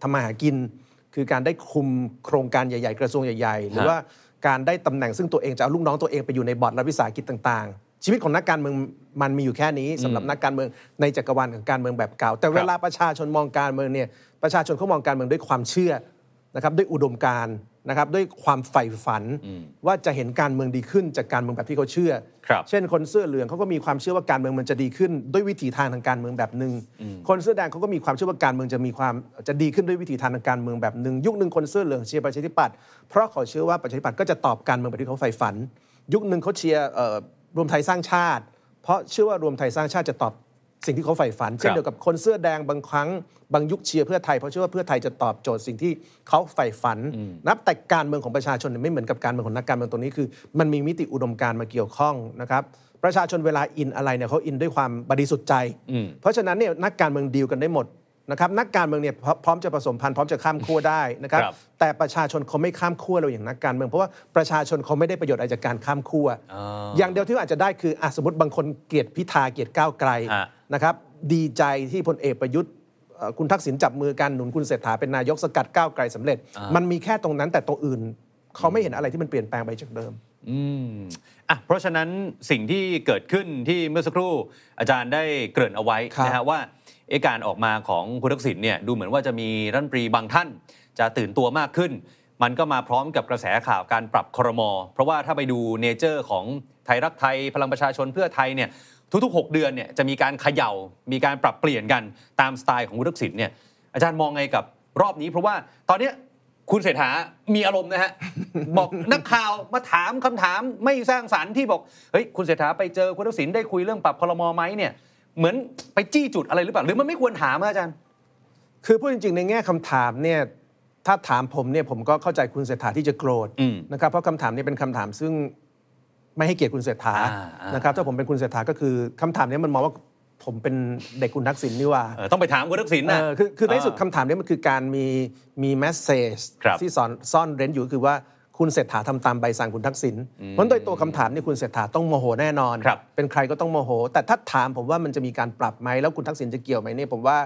B: ทำมาหากิน คือการได้คุมโครงการใหญ่ ๆ กระทรวงใหญ่ๆ หรือว่าการได้ตำแหน่งซึ่งตัวเองจะเอาลูกน้องตัวเองไปอยู่ในบอร์ดรัฐวิสาหกิจต่างๆ ชีวิตของนักการเมืองมันมีอยู่แค่นี้สำหรับนักการเมืองในจักรวาลของการเมืองแบบเก่า แต่เวลาประชาชนมองการเมืองเนี่ยประชาชนเขามองการเมืองด้วยความเชื่อ นะครับด้วยอุดมการณ์นะครับด้วยความใฝ่ฝันว่าจะเห็นการเมืองดีขึ้นจากการเมืองแบบที่เขาเชื่อ
A: ครับ
B: เช่นคนเสื้อเหลืองเขาก็มีความเชื่อว่าการเมืองมันจะดีขึ้น ด้วยวิถีทางทางการเมืองแบบหนึ่งคนเสื้อแดงเขาก็มีความเชื่อว่าการเมืองจะมีความจะดีขึ้นด้วยวิถีทางทางการเมืองแบบหนึ่งยุคหนึ่งคนเสื้อเหลืองเชียร์ประชาธิปัตย์เพราะเขาเชื่อว่าประชาธิปัตย์ก็จะตอบการเมืองแบบที่เขาใฝ่ฝัน ยุคหนึ่งเขาเชียร์เอ่อรวมไทยสร้างชาติ เพราะเชื่อว่ารวมไทยสร้างชาติจะตอบสิ่งที่เขาใฝ่ฝัน เช่นเดียวกับคนเสื้อแดงบางครั้งบางยุคเชียร์เพื่อไทยเพราะเชื่อว่าเพื่อไทยจะตอบโจทย์สิ่งที่เขาใฝ่ฝัน นับแต่การเมืองของประชาชนเนี่ยไม่เหมือนกับการเมืองของนักการเมืองตัวนี้คือ มันมีมิติอุดมการณ์มาเกี่ยวข้องนะครับประชาชนเวลาอินอะไรเนี่ยเขาอินด้วยความบริสุทธิ์ใจ เพราะฉะนั้นเนี่ยนักการเมืองดีลกันได้หมดนะครับนักการเมืองเนี่ยพร้อมพร้อมจะผสมพันธุ์พร้อมจะข้ามขั้วได้นะครับ
A: ครับ
B: แต่ประชาชนเขาไม่ข้ามขั้วเราอย่างนักการเมืองเพราะว่าประชาชนเขาไม่ได้ประโยชน์อะไรจากการข้ามขั้ว อย่างเดียวที่อาจจะได้คืออะสมมติบางคนเกลียดพิธาเกลียดก้าวไกล
A: ฮะ
B: นะครับดีใจที่พลเอกประยุทธ์เอ่อคุณทักษิณจับมือกันหนุนคุณเศรษฐาเป็นนายกสกัดก้าวไกลสำเร็จ
A: อ่ามั
B: มันมีแค่ตรงนั้นแต่ตัวอื่น เขาไม่เห็นอะไรที่มันเปลี่ยนแปลงไปจากเดิม
A: อืมอ่ะเพราะฉะนั้นสิ่งที่เกิดขึ้นที่เมื่อสักครู่อาจารย์ได้เกริ่นเอาไว้
B: ครับ
A: นะฮะว่าเอะการออกมาของคุณทักษิณเนี่ยดูเหมือนว่าจะมีรัฐมนตรีบางท่าน จะตื่นตัวมากขึ้น มันก็มาพร้อมกับกระแสข่าวการปรับครม เพราะว่าถ้าไปดูเนเจอร์ของไทยรักไทยพลังประชาชนเพื่อไทยเนี่ยทุกๆ 6 เดือนเนี่ยจะมีการเขย่า มีการปรับเปลี่ยนกันตามสไตล์ของคุณทักษิณเนี่ยอาจารย์มองไงกับรอบนี้เพราะว่าตอนเนี้ย คุณเศรษฐา มีอารมณ์นะฮ ะ บอกนักข่าวมาถามคำถามไม่สร้างสรรค์ที่บอก เฮ้ย คุณเศรษฐาไปเจอคุณทักษิณได้คุยเรื่องปรับคลมอไหมเนี่ย เหมือนไปจี้จุดอะไรหรือเปล่า หรือมันไม่ควรถามอะอาจารย์
B: คือพูดจริงๆ ในแง่คำถามเนี่ยถ้าถามผมเนี่ยผมก็เข้าใจคุณเศรษฐาที่จะโกรธ
A: อืม
B: นะครับเพราะคำถามนี้เป็นคำถามซึ่งไม่ให้เกียรติคุณเศรษฐา
A: อ่าอ่าน
B: นะครับถ้าผมเป็นคุณเศรษฐาก็คือคำถามเนี้มันมองว่าผมเป็นเด็กคุณทักษิณนี่หว่า
A: เออต้องไปถามคุณทักษิณนะ
B: เออคือคือในที่สุดคำถามเนี้มันคือการมีมีแมสเซจ
A: ครับ
B: ที่สอนซ่อนเร้นอยู่ก็คือว่าคุณเศรษฐาทำตามใบสั่งคุณทักษิณเพราะฉะนั้นโดยตัวคำถามเนี่ยคุณเศรษฐาต้องโมโหแน่นอน
A: ครับ
B: เป็นใครก็ต้องโมโห แต่ถ้าถามผมว่ามันจะมีการปรับไหมแล้วคุณทักษิณจะเกี่ยวไหมเนี่ยผมว่า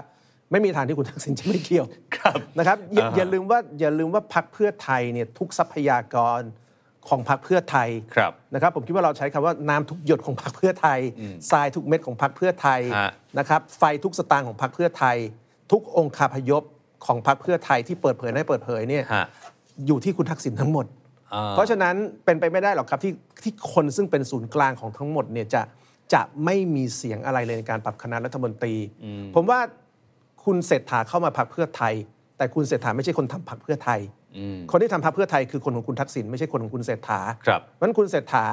B: ไม่มีทางที่คุณทักษิณจะไม่เกี่ยว
A: ครับ
B: นะครับอย่า
A: อ่าฮะ
B: อย่าลืมว่าอย่าลืมว่าพักเพื่อไทยเนี่ยทุกทรัพยากรของพักเพื่อไทย
A: ครับ
B: นะครับผมคิดว่าเราใช้คำว่าน้ำทุกหยดของพักเพื่อไทยทรายทุกเม็ดของพักเพื่อไทย
A: ฮะ
B: นะครับไฟทุกสตางค์ของพักเพื่อไทย ทุกองค์คาพยพของพักเพื่อไทยที่เปิดเผยได้เปิดเผยเนี่ย
A: ฮะ
B: อยู่ที่คุณทักษิณทั้งหมด
A: อ่า
B: เพราะฉะนั้นเป็นไปไม่ได้หรอกครับที่ที่คนซึ่งเป็นศูนย์กลางของทั้งหมดเนี่ยจะจะไม่มีเสียงอะไรเลยในการปรับคณะรัฐมนตรี ผมว่าคุณเศรษฐาเข้ามาพักเพื่อไทย แต่คุณเศรษฐาไม่ใช่คนทำพักเพื่อไทย คนที่ทำพักเพื่อไทยคือคนของคุณทักษิณไม่ใช่คนของคุณเศรษฐา
A: ครับ
B: เพราะฉะนั้นคุณเศรษฐา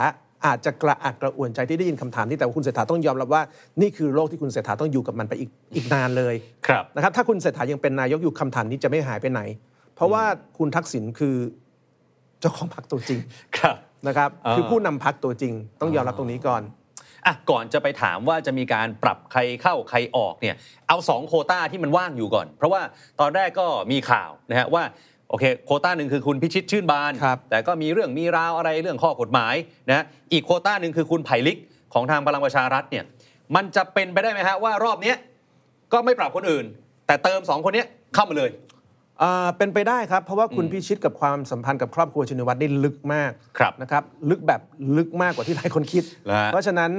B: อาจจะกระอักกระอ่วนใจที่ได้ยินคำถามนี้แต่ว่าคุณเศรษฐาต้องยอมรับว่านี่คือโลกที่คุณเศรษฐาต้องอยู่กับมันไปอีกอีกนานเลย
A: ครับ
B: นะครับถ้าคุณเศรษฐายังเป็นนายกอยู่คำถามนี้จะไม่หายไปไหน เพราะว่าคุณทักษิณคือเจ้าของพรรคตัวจริง
A: ครับ
B: นะครับ
A: อ่า
B: คือผู้นำพรรคตัวจริง ต้องยอมรับตรงนี้ก่อน
A: อ่ะก่อนจะไปถามว่าจะมีการปรับใครเข้าใครออกเนี่ยเอาสองโควต้าที่มันว่างอยู่ก่อน เพราะว่าตอนแรกก็มีข่าวนะฮะว่าโอเคโควต้าหนึ่งคือคุณพิชิตชื่นบาน
B: ครับ
A: แต่ก็มีเรื่องมีราวอะไรเรื่องข้อกฎหมายนะฮะอีกโควต้าหนึ่งคือคุณไผ่ลิกของทางพลังประชารัฐเนี่ยมันจะเป็นไปได้ไหมฮะว่ารอบเนี้ยก็ไม่ปรับคนอื่น แต่เติมสองคนเนี้ยเข้ามาเลย
B: อ่าเป็นไปได้ครับ เพราะว่าคุณพิชิตกับความสัมพันธ์กับครอบครัวชินวัตรได้ลึกมาก
A: ครับ
B: นะครับลึกแบบลึกมากกว่า ที่หลายคนคิด
A: แล้วฮะ
B: เพราะฉะนั้น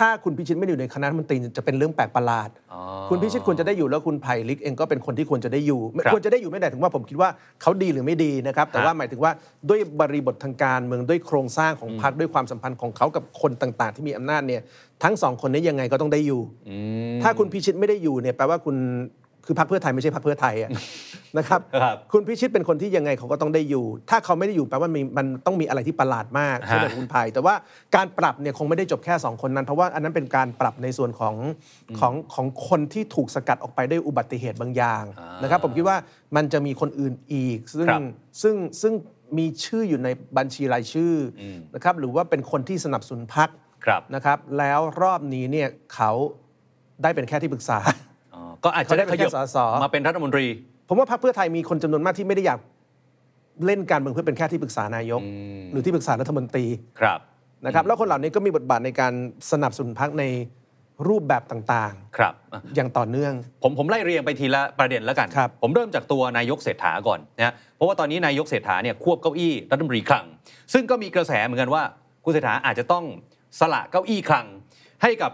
B: ถ้าคุณพิชิตไม่ได้อยู่ในคณะรัฐมนตรีจะเป็นเรื่องแปลกประหลาด
A: อ๋อ
B: คุณพิชิตควรจะได้อยู่แล้วคุณไผ่ลิกเองก็เป็นคนที่ควรจะได้อยู่ไม่
A: ครับ
B: ควรจะได้อยู่ไม่ได้ถึงว่าผมคิดว่าเขาดีหรือไม่ดีนะครับแต่
A: ฮะ
B: ว่าหมายถึงว่าด้วยบริบททางการเมืองด้วยโครงสร้างของพรรคด้วยความสัมพันธ์ของเขากับคนต่าง ๆ ที่มีอำนาจเนี่ยทั้งสองคนนี้ยังไงก็ต้องได้อยู่ ถ้าคุณพิชิตไม่ได้อยู่เนี่ยแปลว่าคุณคือพรรคเพื่อไทยไม่ใช่พรรคเพื่อไทยอะ นะครับ
A: ครับ
B: คุณพิชิตเป็นคนที่ยังไงเขาก็ต้องได้อยู่ ถ้าเขาไม่ได้อยู่แปลว่ามีมันต้องมีอะไรที่ประหลาดมาก
A: ฮะ
B: สำหรับคุณภัยแต่ว่าการปรับเนี่ยคงไม่ได้จบแค่สองคนนั้น เพราะว่าอันนั้นเป็นการปรับในส่วนของของของคนที่ถูกสกัดออกไปด้วยอุบัติเหตุบางอย่าง
A: อ่าน
B: นะครับผมคิดว่ามันจะมีคนอื่นอีก ซึ่ง
A: ครับ
B: ซึ่งซึ่งมีชื่ออยู่ในบัญชีรายชื่ออ
A: ม
B: นะครับหรือว่าเป็นคนที่สนับสนุนพรรค
A: ครับ
B: นะครับแล้วรอบนี้เนี่ยเขาได้เป็นแค่ที่ปรึกษา
A: อ๋อก็อาจจะได้ขยับ
B: เขาได้เป็นแค่สส
A: มาเป็นรัฐมนตรี
B: ผมว่าพรรคเพื่อไทยมีคนจำนวนมากที่ไม่ได้อยากเล่นการเมืองเพื่อเป็นแค่ที่ปรึกษานายก หรือที่ปรึกษารัฐมนตรี
A: ครับ
B: นะครับแล้วคนเหล่านี้ก็มีบทบาทในการสนับสนุนพรรคใน รูปแบบต่าง
A: ครับอ่ะ
B: ๆ อย่างต่อเนื่อง
A: ผมผมไล่เรียงไปทีละประเด็นแล้วกัน
B: ครับ
A: ผมเริ่มจากตัวนายกเศรษฐาก่อนนะฮะเพราะว่าตอนนี้นายกเศรษฐาเนี่ยควบเก้าอี้รัฐมนตรีคลัง ซึ่งก็มีกระแสเหมือนกันว่าคุณเศรษฐาอาจจะต้องสละเก้าอี้คลัง ให้กับ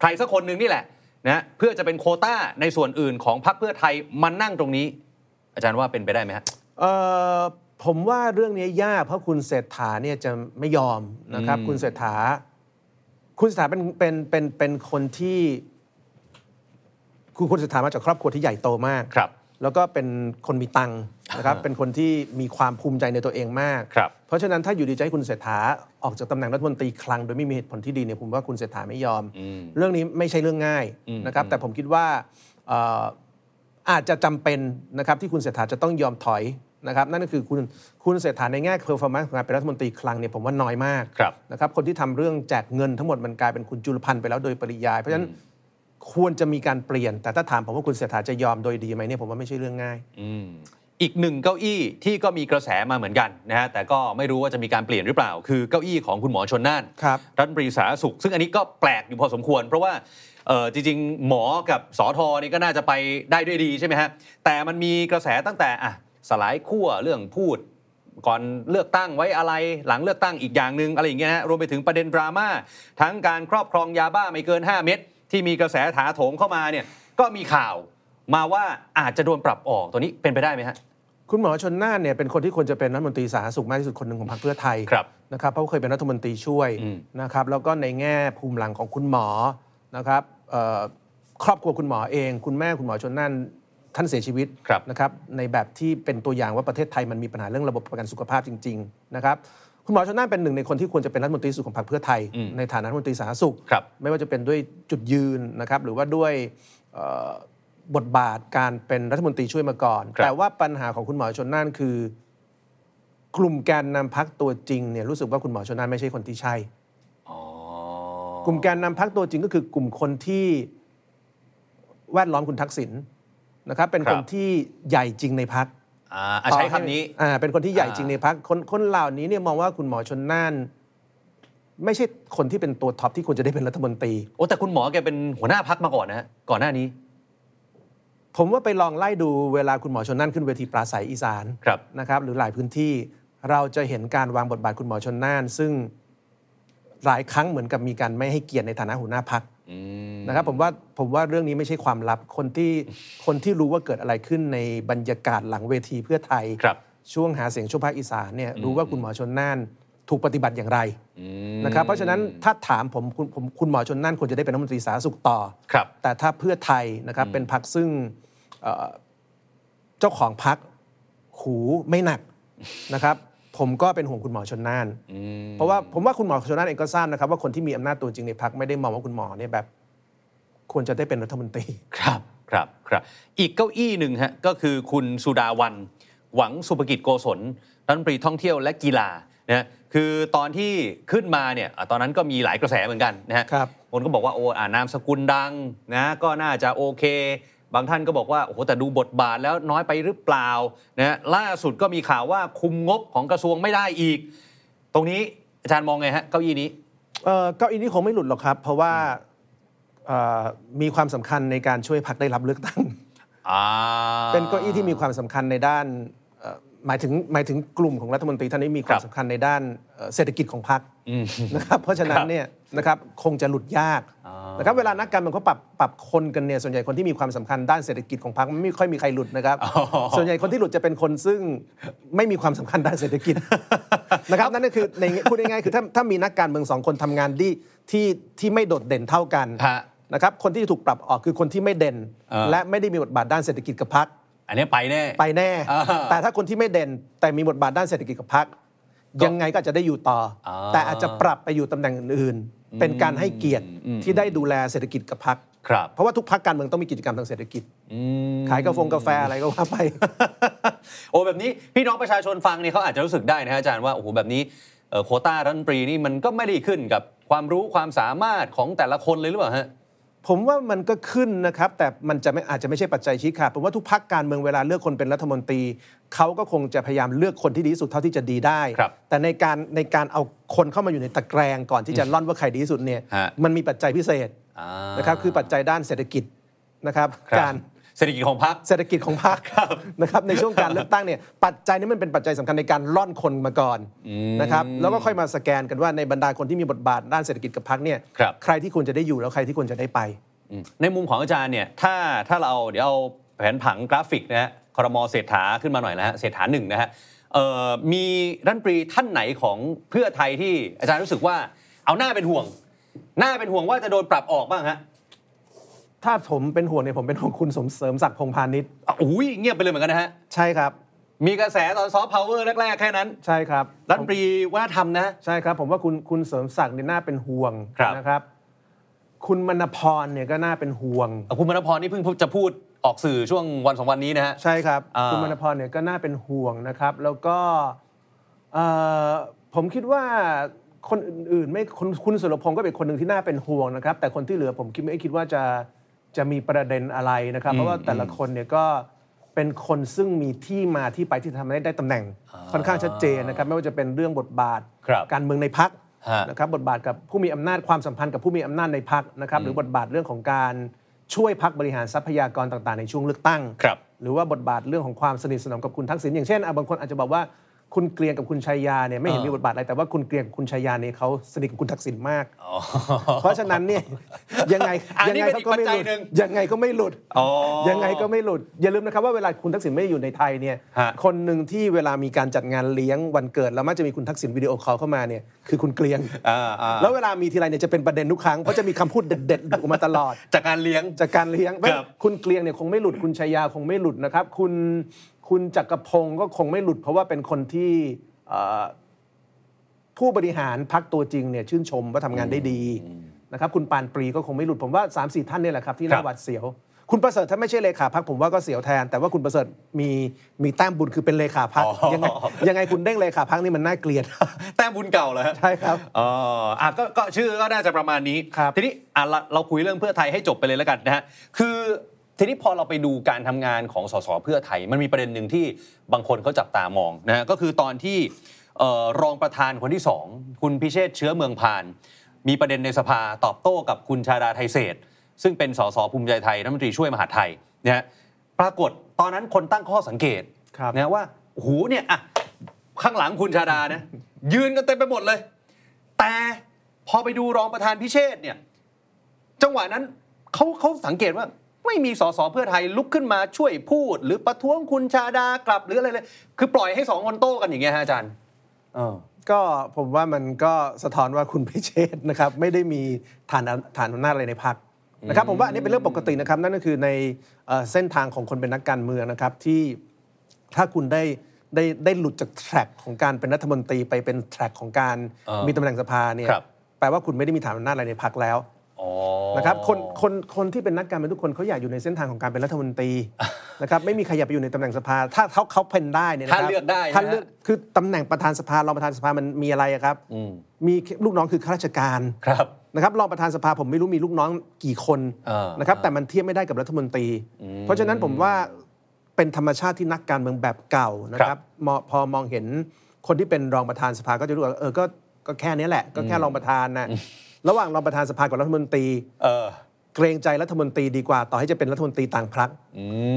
A: ใครสักคนหนึ่งนี่แหละนะฮะเพื่อจะเป็นโควต้าในส่วนอื่นของพรรคเพื่อไทยมานั่งตรงนี้ อาจารย์ว่าเป็นไปได้ไหมฮะ
B: เอ่อผมว่าเรื่องนี้ยากเพราะคุณเศรษฐาเนี่ยจะไม่ยอมนะครับ
A: อืม
B: คุณเศรษฐา คุณเศรษฐาเป็นเป็นเป็นเป็นคนที่คุณคุณเศรษฐามาจากครอบครัวที่ใหญ่โตมาก
A: ครับ
B: แล้วก็เป็นคนมีตังค์นะครับ เป็นคนที่มีความภูมิใจในตัวเองมาก
A: ครับ
B: เพราะฉะนั้นถ้าอยู่ดีใจะให้คุณเศรษฐาออกจากตำแหน่งรัฐมนตรีคลังโดยไม่มีเหตุผลที่ดีเนี่ยผมว่าคุณเศรษฐาไม่ยอม
A: อืม
B: เรื่องนี้ไม่ใช่เรื่องง่าย
A: อืม
B: นะครับ
A: อืม
B: แต่ผมคิดว่าเอ่ออาจจะจำเป็นนะครับที่คุณเศรษฐาจะต้องยอมถอยนะครับ นั่นก็คือคุณคุณเศรษฐาในแง่เพอร์ฟอร์แมนซ์ของการเป็นรัฐมนตรีคลังเนี่ยผมว่าน้อยมาก
A: ครับ
B: นะครับคนที่ทำเรื่องแจกเงินทั้งหมดมันกลายเป็นคุณจุลพันธ์ไปแล้วโดยปริยาย เพราะฉะนั้นควรจะมีการเปลี่ยน แต่ถ้าถามผมว่าคุณเสถาจะยอมโดยดีไหมเนี่ยผมว่าไม่ใช่เรื่องง่าย
A: อืมอีกหนึ่งเก้าอี้ที่ก็มีกระแสมาเหมือนกันนะฮะแต่ก็ไม่รู้ว่าจะมีการเปลี่ยนหรือเปล่า คือเก้าอี้ของคุณหมอชนน่าน
B: ครับ
A: รัฐมนตรีสาธารณสุข ซึ่งอันนี้ก็แปลกอยู่พอสมควร เพราะว่าเอ่อจริงๆ หมอกับสอทอนี่ก็น่าจะไปได้ด้วยดีใช่ไหมฮะแต่มันมีกระแสตั้งแต่อ่ะสลายขั้วเรื่องพูด ก่อนเลือกตั้งไว้อะไรหลังเลือกตั้งอีกอย่างหนึ่งอะไรอย่างเงี้ยนะรวมไปถึงประเด็นดราม่าทั้งการครอบครองยาบ้าไม่เกิน 5 เม็ดที่มีกระแสถาโถมเข้ามาเนี่ยก็มีข่าวมาว่าอาจจะโดนปรับออกตัวนี้เป็นไปได้ไหมฮะ
B: คุณหมอชนน่านเนี่ยเป็นคนที่ควรจะเป็นรัฐมนตรีสาธารณสุขมากที่สุดคนหนึ่งของพรรคเพื่อไทย
A: ครับ
B: นะครับเพราะว่าเคยเป็นรัฐมนตรีช่วย
A: อืม
B: นะครับแล้วก็ในแง่ภูมิหลังของคุณหมอนะครับเอ่อครอบครัวคุณหมอเอง คุณแม่คุณหมอชนน่านท่านเสียชีวิต
A: ครับ
B: นะครับในแบบที่เป็นตัวอย่างว่าประเทศไทยมันมีปัญหาเรื่องระบบประกันสุขภาพจริงๆนะครับคุณหมอชนน่านเป็นหนึ่งในคนที่ควรจะเป็นรัฐมนตรีสุขของพรรคเพื่อไทย
A: อืม
B: ในฐานะรัฐมนตรีสาธารณสุข
A: ครับ
B: ไม่ว่าจะเป็นด้วยจุดยืนนะครับหรือว่าด้วยเอ่อบทบาทการเป็นรัฐมนตรีช่วยมาก่อน
A: ครับ
B: แต่ว่าปัญหาของคุณหมอชนน่านคือกลุ่มแกนนำพักตัวจริงเนี่ยรู้สึกว่าคุณหมอชนน่านไม่ใช่คนที่ใช่ กลุ่มแกนนำพักตัวจริงก็คือกลุ่มคนที่แวดล้อมคุณทักษิณนะครับเป็น
A: ครับ
B: คนที่ใหญ่จริงในพัก
A: อ่าอ่ะใช้คำนี้
B: อ่าเป็นคนที่ใหญ่
A: อ่า
B: จริงในพักคนคนเหล่านี้เนี่ยมองว่าคุณหมอชนน่าน ไม่ใช่คนที่เป็นตัวท็อปที่ควรจะได้เป็นรัฐมนตรี
A: โอ้แต่คุณหมอแกเป็นหัวหน้าพักมาก่อนนะฮะก่อนหน้านี้
B: ผมว่าไปลองไล่ดูเวลาคุณหมอชนน่านขึ้นเวทีปราศัยอีสาน
A: ครับ
B: นะครับ หรือหลายพื้นที่เราจะเห็นการวางบทบาทคุณหมอชนน่าน ซึ่งหลายครั้งเหมือนกับมีการไม่ให้เกียรติในฐานะหัวหน้าพัก
A: อืม
B: นะครับผมว่าผมว่าเรื่องนี้ไม่ใช่ความลับคนที่คนที่รู้ว่าเกิดอะไรขึ้นในบรรยากาศหลังเวทีเพื่อไทย
A: ครับ
B: ช่วงหาเสียงช่วงภาคอีสานเนี่ยรู้ว่าคุณหมอชนน่านถูกปฏิบัติอย่างไร
A: อืม
B: นะครับเพราะฉะนั้นถ้าถามผมคุณผมคุณหมอชนน่านควรจะได้เป็นรัฐมนตรีสาธารณสุขต่อ
A: ครับ
B: แต่ถ้าเพื่อไทยนะครับเป็นพรรคซึ่งเอ่อเจ้าของพรรคหูไม่หนักนะครับ ผมก็เป็นห่วงคุณหมอชนน่าน
A: อืม
B: เพราะว่าผมว่าคุณหมอชนน่านเองก็ทราบนะครับ ว่าคนที่มีอำนาจตัวจริงในพรรคไม่ได้มองว่าคุณหมอเนี่ยแบบ ควรจะได้เป็นรัฐมนตรี
A: ครับครับครับ อีกเก้าอี้หนึ่งฮะก็คือคุณสุดาวัน หวังสุภกิจโกศลรัฐมนตรีท่องเที่ยวและกีฬานะฮะคือตอนที่ขึ้นมาเนี่ยอ่ะตอนนั้นก็มีหลายกระแสเหมือนกันนะฮะ
B: ครับ
A: คนก็บอกว่าโอ้อ่านามสกุลดังนะก็น่าจะโอเค บางท่านก็บอกว่าโอ้โหแต่ดูบทบาทแล้วน้อยไปหรือเปล่านะฮะล่าสุดก็มีข่าวว่าคุมงบของกระทรวงไม่ได้อีก ตรงนี้อาจารย์มองไงฮะเก้าอี้นี้
B: เอ่อเก้าอี้นี้คงไม่หลุดหรอกครับ เพราะว่าเอ่อมีความสำคัญในการช่วยพรรคได้รับเลือกตั้ง
A: อ่า
B: เป็นเก้าอี้ที่มีความสำคัญในด้านเอ่อหมายถึงหมายถึงกลุ่มของรัฐมนตรีท่านนี้มีค
A: ค
B: วา
A: รั
B: ม
A: บ
B: สำคัญในด้านเอ่อเศรษฐกิจของพรรค
A: อืม
B: นะครับเพราะฉะ
A: ค
B: นั้
A: น รับ
B: เนี่ยนะครับคงจะหลุดยาก
A: อ่าน
B: นะครับเวลานักการเมืองเขาปรับปรับคนกันเนี่ยส่วนใหญ่คนที่มีความสำคัญด้านเศรษฐกิจของพรรคมันไม่ค่อยมีใครหลุดนะครับ ส่วนใหญ่คนที่หลุดจะเป็นคนซึ่งไม่มีความสำคัญด้านเศรษฐกิ จ นะครับนั่นก็คือในพูดง่ายๆคือถ้าถ้ามีนักการเมืองสองคนทำงานที่ที่ที่ไม่โดดเด่นเท่ากัน
A: ฮะ
B: นะครับคนที่จะถูกปรับออกคือคนที่ไม่เด่น
A: เออ
B: และไม่ได้มีบทบาทด้านเศรษฐกิจกับพรรค
A: อันนี้ไปแน่
B: ไปแน่
A: อ่า
B: แต่ถ้าคนที่ไม่เด่นแต่มีบทบาทด้านเศรษฐกิจกับพรรค
A: ก็
B: ยังไงก็อาจจะได้อยู่ต่ออาแต่อาจจะปรับไปอยู่ตำแหน่งอื่นๆ เป็นการให้เกียรติ
A: อืม
B: ที่ได้ดูแลเศรษฐกิจกับพรรค
A: ครับ
B: เพราะว่าทุกพรรคการเมืองต้องมีกิจกรรมทางเศรษฐกิจ ขายกาแฟกาแฟอะไรก็ว่าไป
A: โอ้แบบนี้พี่น้องประชาชนฟังเนี่ยเขาอาจจะรู้สึกได้นะฮะอาจารย์ว่าโอ้โหแบบนี้เอ่อโควต้ารัฐมนตรีนี่มันก็ไม่ได้ขึ้นกับความรู้ความสามารถของแต่ละคนเลยหรือเปล่าฮะ
B: ผมว่ามันก็ขึ้นนะครับ แต่มันจะไม่อาจจะไม่ใช่ปัจจัยชี้ขาดผมว่าทุกพักการเมืองเวลาเลือกคนเป็นรัฐมนตรีเขาก็คงจะพยายามเลือกคนที่ดีที่สุดเท่าที่จะดีได้
A: ครับ
B: แต่ในการในการเอาคนเข้ามาอยู่ในตะแกรงก่อนที่จะล่อนว่าใครดีที่สุดเนี่ย
A: ฮะ
B: มันมีปัจจัยพิเศษ
A: อ่า
B: นะครับคือปัจจัยด้านเศรษฐกิจนะครับ
A: ครับ
B: การ
A: เศรษฐกิจของพรรค
B: เศรษฐกิจของพรรคนะครับในช่วงการเลือกตั้งเนี่ยปัจจัยนี้มันเป็นปัจจัยสำคัญในการล่อนคนมาก่อนนะครับแล้วก็ค่อยมาสแกนกันว่าในบรรดาคนที่มีบทบาทด้านเศรษฐกิจกับพรรคเนี่ย
A: ครับ
B: ใครที่ควรจะได้อยู่แล้วใครที่ควรจะได้ไป
A: อืมในมุมของอาจารย์เนี่ยถ้าถ้าเราเอาเดี๋ยวเอาแผนผังกราฟิกนะฮะคอรมอเศรษฐาขึ้นมาหน่อยนะฮะเศรษฐาหนึ่งนะฮะเอ่อมีรัฐมนตรีท่านไหนของเพื่อไทยที่อาจารย์รู้สึกว่าเอาหน้าเป็นห่วง หน้าเป็นห่วงว่าจะโดนปรับออกบ้างฮะ
B: ถ้าผมเป็นห่วงเนี่ยผมเป็นห่วงคุณสมเสริมศักดิ์พงษ์พาณิชย์
A: อ่ะอุ้ยเงียบไปเลยเหมือนกันนะฮะ
B: ใช่ครับ
A: มีกระแสตอนซอฟต์พาวเวอร์แรกๆ แค่นั้น
B: ใช่ครับ
A: รัฐมนตรีวัฒนธรรมนะ
B: ใช่ครับ ผมว่าคุณคุณเสริมศักดิ์เนี่ยน่าเป็นห่วง
A: ครับ
B: นะครับ คุณมณพรเนี่ยก็น่าเป็นห่วง
A: อ่ะคุณมณพรนี่เพิ่งจะพูดออกสื่อช่วงวันสองวันนี้นะฮะ
B: ใช่ครับ
A: อ่า
B: คุณมณพรเนี่ยก็น่าเป็นห่วงนะครับ แล้วก็เอ่อผมคิดว่าคนอื่นๆไม่คุณคุณสุรพงศ์ก็เป็นคนหนึ่งที่น่าเป็นห่วงนะครับ แต่คนที่เหลือผมคิดไม่คิดว่าจะจะมีประเด็นอะไรนะครับ เพราะว่าแต่ละคนเนี่ยก็เป็นคนซึ่งมีที่มาที่ไปที่ทำให้ได้ตำแหน่ง ค่อนข้างชัดเจนนะครับไม่ว่าจะเป็นเรื่องบทบาท
A: ครับ
B: การเมืองในพัก
A: ฮะ
B: นะครับบทบาทกับผู้มีอำนาจความสัมพันธ์กับผู้มีอำนาจในพักนะครับหรือบทบาทเรื่องของการช่วยพักบริหารทรัพยากรต่างๆ ในช่วงเลือกตั้ง
A: ครับ
B: หรือว่าบทบาทเรื่องของความสนิทสนมกับคุณทักษิณอย่างเช่นอ่ะบางคนอาจจะบอกว่าคุณเกรียงกับคุณชัยยาเนี่ยไม่เห็น
A: เออ
B: มีบทบาทอะไรแต่ว่าคุณเกรียงกับคุณชัยยาเนี่ยเขาสนิทกับคุณทักษิณมาก
A: อ๋อ
B: เพราะฉะนั้นเนี่ยยังไง
A: อัน
B: ยั
A: นี้
B: ไง
A: เป็น
B: เขา
A: อีก
B: ก็
A: ปัจ
B: ไม่
A: จัย
B: หลุด
A: หนึ่ง
B: ยังไงก็ไม่หลุด
A: อ๋อ
B: ยังไงก็ไม่หลุด อย่าลืมนะครับว่าเวลาคุณทักษิณไม่ได้อยู่ในไทยเนี่ย
A: ฮะ
B: คนหนึ่งที่เวลามีการจัดงานเลี้ยงวันเกิดแล้วมักจะมีคุณทักษิณวิดีโอคอลเข้ามาเนี่ยคือคุณเกรียง
A: อ่าอ่า
B: แล้วเวลามีทีไรเนี่ยจะเป็นประเด็นทุกครั้งเพราะจะมีคำพูดเด็ดๆหลุดออกมาตลอด
A: จากการเลี้ยง
B: จากการเลี้ยงไม่
A: ครับ
B: คุณเกลียงเนี่ยคงไม่หลุดคุณชายาคงไม่หลุดนะครับ คุณคุณจักรพงศ์ก็คงไม่หลุด เพราะว่าเป็นคนที่เอ่อผู้บริหารพักตัวจริงเนี่ยชื่นชมว่าทำงานได้ดีนะครับ คุณปานปรีก็คงไม่หลุดผมว่า3ามสี่ท่านเนี่ยแหละครับที่
A: ครั
B: น่า
A: บ
B: หวาดเสียว คุณประเสริฐถ้าไม่ใช่เลขาพักผมว่าก็เสียวแทน แต่ว่าคุณประเสริฐมีมีแต้มบุญคือเป็นเลขาพักยังไงยังไงคุณเด้งเลขาพักนี่มันน่าเกลียด
A: แต้มบุญเก่าเหรอฮะ
B: ใช่ครับ
A: อ๋ออ่ะก็ก็ชื่อก็น่าจะประมาณนี้
B: ครับ
A: ทีนี้อ่ะเราเราคุยเรื่องเพื่อไทยให้จบไปเลยแล้วกันนะฮะ คือทีนี้พอเราไปดูการทำงานของสสเพื่อไทย มันมีประเด็นหนึ่งที่บางคนเขาจับตามองนะฮะ ก็คือตอนที่เอ่อรองประธานคนที่สองคุณพิเชษฐ์เชื้อเมืองพาน มีประเด็นในสภาตอบโต้กับคุณชาดาไทเศษ ซึ่งเป็นสสภูมิใจไทยรัฐมนตรีช่วยมหาดไทยนะฮะ ปรากฏตอนนั้นคนตั้งข้อสังเกต
B: ครับ
A: นะว่าโอ้โหเนี่ยอ่ะ ข้างหลังคุณชาดา นะยืนกันเต็มไปหมดเลย แต่พอไปดูรองประธานพิเชษฐ์เนี่ยจังหวะนั้นเขาเขาสังเกตว่า ไม่มีสสเพื่อไทยลุกขึ้นมาช่วยพูด หรือประท้วงคุณชาดากลับหรืออะไรเลย คือปล่อยให้สองคนโต้กันอย่างเงี้ยฮะอาจารย์เออ
B: ก็ผมว่ามันก็สะท้อนว่าคุณพิเชษฐ์นะครับ ไม่ได้มีฐานฐานอำนาจอะไรในพักนะครับผมว่าอันนี้เป็นเรื่องปกตินะครับ นั่นก็คือในเอ่อเส้นทางของคนเป็นนักการเมืองนะครับ ที่ถ้าคุณได้ได้ได้หลุดจากแทร็กของการเป็นรัฐมนตรีไปเป็นแทร็กของการ
A: เออ
B: มีตำแหน่งสภาเนี่ย
A: ครับ
B: แปลว่าคุณไม่ได้มีฐานอำนาจอะไรในพักแล้ว
A: อ๋อ
B: นะครับคนคนคนที่เป็นนักการเมืองทุกคนเขาอยากอยู่ในเส้นทางของการเป็นรัฐมน ตรี นะครับไม่มีใครอยากไปอยู่ในตำแหน่งสภา ถ้าเขาเขาเป็นได้เนี่ยนะครับ
A: ถ้าเลือกได้
B: ถ้าเลือก
A: นะฮะ
B: คือตำแหน่งประธานสภารองประธานสภามันมีอะไรอะครับ
A: อืม
B: มีลูกน้องคือข้าราชการ
A: ครับ
B: นะครับรองประธานสภาผมไม่รู้มีลูกน้องกี่คน
A: เออ
B: นะครับ
A: เออ
B: แต่มันเทียบไม่ได้กับรัฐมนตรี เพราะฉะนั้นผมว่าเป็นธรรมชาติที่นักการเมืองแบบเก่านะครับมอพอมองเห็นคนที่เป็นรองประธานสภาก็จะรู้ว่าเออก็ก็แค่นี้แหละ ก็แค่รองประธานนะระหว่างรองประธานสภากับรัฐมนตรี
A: เออ
B: เกรงใจรัฐมนตรีดีกว่าต่อให้จะเป็นรัฐมนตรีต่างพรรค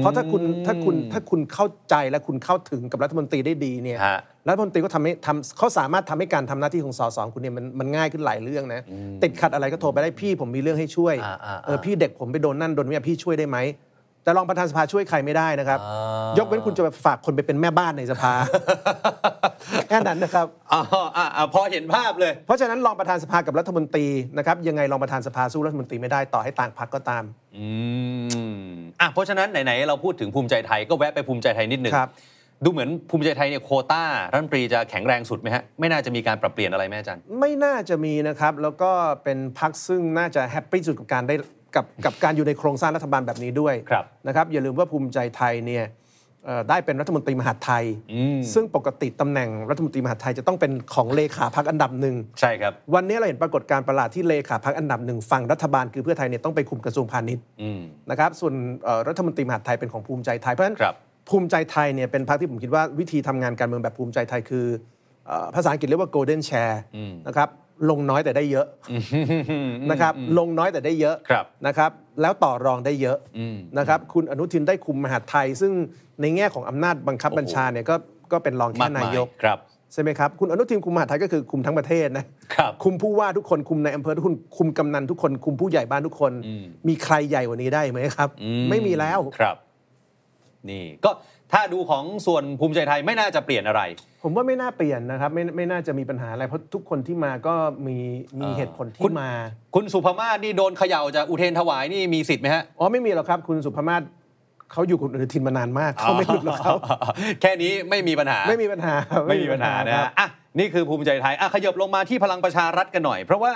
B: เพราะถ้าคุณถ้าคุณถ้าคุณเข้าใจและคุณเข้าถึงกับรัฐมนตรีได้ดีเนี่ย
A: ฮะ
B: รัฐมนตรีก็ทำให้ทำเขาสามารถทำให้การทำหน้าที่ของสสของคุณเนี่ยมันมันง่ายขึ้นหลายเรื่องนะติดขัดอะไรก็โทรไปได้พี่ผมมีเรื่องให้ช่วย
A: อ่าอ่าอ่า
B: เออพี่เด็กผมไปโดนนั่นโดนนี่พี่ช่วยได้ไหมแต่รองประธานสภาช่วยใครไม่ได้นะครับ
A: อ่าย
B: ยกเว้นคุณจะฝากคนไปเป็นแม่บ้านในส ภา แค่นั้นนะครับ
A: อ๋ออ่ะอ่ะพอเห็นภาพเลย
B: เพราะฉะนั้นรองประธานสภากับรัฐมนตรีนะครับยังไงรองประธานสภาสู้รัฐมนตรีไม่ได้ต่อให้ต่างพรรคก็ตาม
A: อืมอ่ะเพราะฉะนั้นไหนๆเราพูดถึงภูมิใจไทยก็แวะไปภูมิใจไทยนิดหนึ่ง
B: ครับ
A: ดูเหมือนภูมิใจไทยเนี่ยโควต้ารัฐมนตรีจะแข็งแรงสุดไหมฮะ ไม่น่าจะมีการปรับเปลี่ยนอะไรแม่อาจารย์
B: ไม่น่าจะมีนะครับ แล้วก็เป็นพักซึ่งน่าจะแฮปปี้สุดกับการได้กับกับการอยู่ในโครงสร้างรัฐบาลแบบนี้ด้วย
A: ครับ
B: นะครับอย่าลืมว่าภูมิใจไทยเนี่ยเอ่อได้เป็นรัฐมนตรีมหาดไทย
A: อืม
B: ซึ่งปกติตำแหน่งรัฐมนตรีมหาดไทยจะต้องเป็นของเลขาพักอันดับหนึ่ง
A: ใช่ครับ
B: วันนี้เราเห็นปรากฏการณ์ประหลาดที่เลขาพักอันดับหนึ่งฝั่งรัฐบาลคือเพื่อไทยเนี่ยต้องไปคุมกระทรวงพาณิชย์
A: อืม
B: นะครับส่วนเอ่อรัฐมนตรีมหาดไทยเป็นของภูมิใจไทยเพราะฉะนั้น
A: ครับ
B: ภูมิใจไทยเนี่ยเป็นพรรคที่ผมคิดว่าวิธีทำงานการเมืองแบบภูมิใจไทยคือเอ่อภาษาอังกฤษเรียกว่า golden share นะครับ ลงน้อยแต่ได้เยอะนะครับลงน้อยแต่ได้เยอะ
A: ครับ
B: นะครับแล้วต่อรองได้เยอะ
A: อืม
B: นะครับคุณอนุทินได้คุมมหาดไทย ซึ่งในแง่ของอำนาจบังคับ
A: โอ้โห
B: บัญชาเนี่ยก็ก็เป็นรอง
A: มา
B: แค่นาม
A: กาย
B: ยก
A: ครับ
B: ใช่ไหมครับคุณอนุทินคุมมหาดไทยก็คือคุมทั้งประเทศนะครับ คุมผู้ว่าทุกคนคุมในายอำเภอทุกคนคุมกำนันทุกคนคุมผู้ใหญ่บ้านทุกคน
A: อืม
B: มีใครใหญ่กว่านี้ได้ไหมครับ
A: อื
B: ไม่มีแล้ว
A: ครับ นี่ก็ถ้าดูของส่วนภูมิใจไทยไม่น่าจะเปลี่ยนอะไร
B: ผมว่าไม่น่าเปลี่ยนนะครับไม่ไม่น่าจะมีปัญหาอะไรเพราะทุกคนที่มาก็มีมี
A: อ่า
B: เหตุผล
A: คุ
B: ที่
A: ณ
B: มา
A: คุณสุภมาศนี่โดนเขย่าจากอุเทรนถวายนี่มีสิทธิ์ไหมฮะ
B: อ๋อไม่มีหรอกครับคุณสุภามาศเขาอยู่กับอนุทินมานานมากเขาไม่หลุดหรอกครับ
A: แค่นี้ไม่มีปัญหา
B: ไม่มีปัญหาครับ
A: ไม่มีปัญหานะ
B: ครั
A: ฮะ
B: บ
A: อ่ะนี่คือภูมิใจไทยอ่ะขยบลงมาที่พลังประชารัฐกันหน่อย เพราะว่า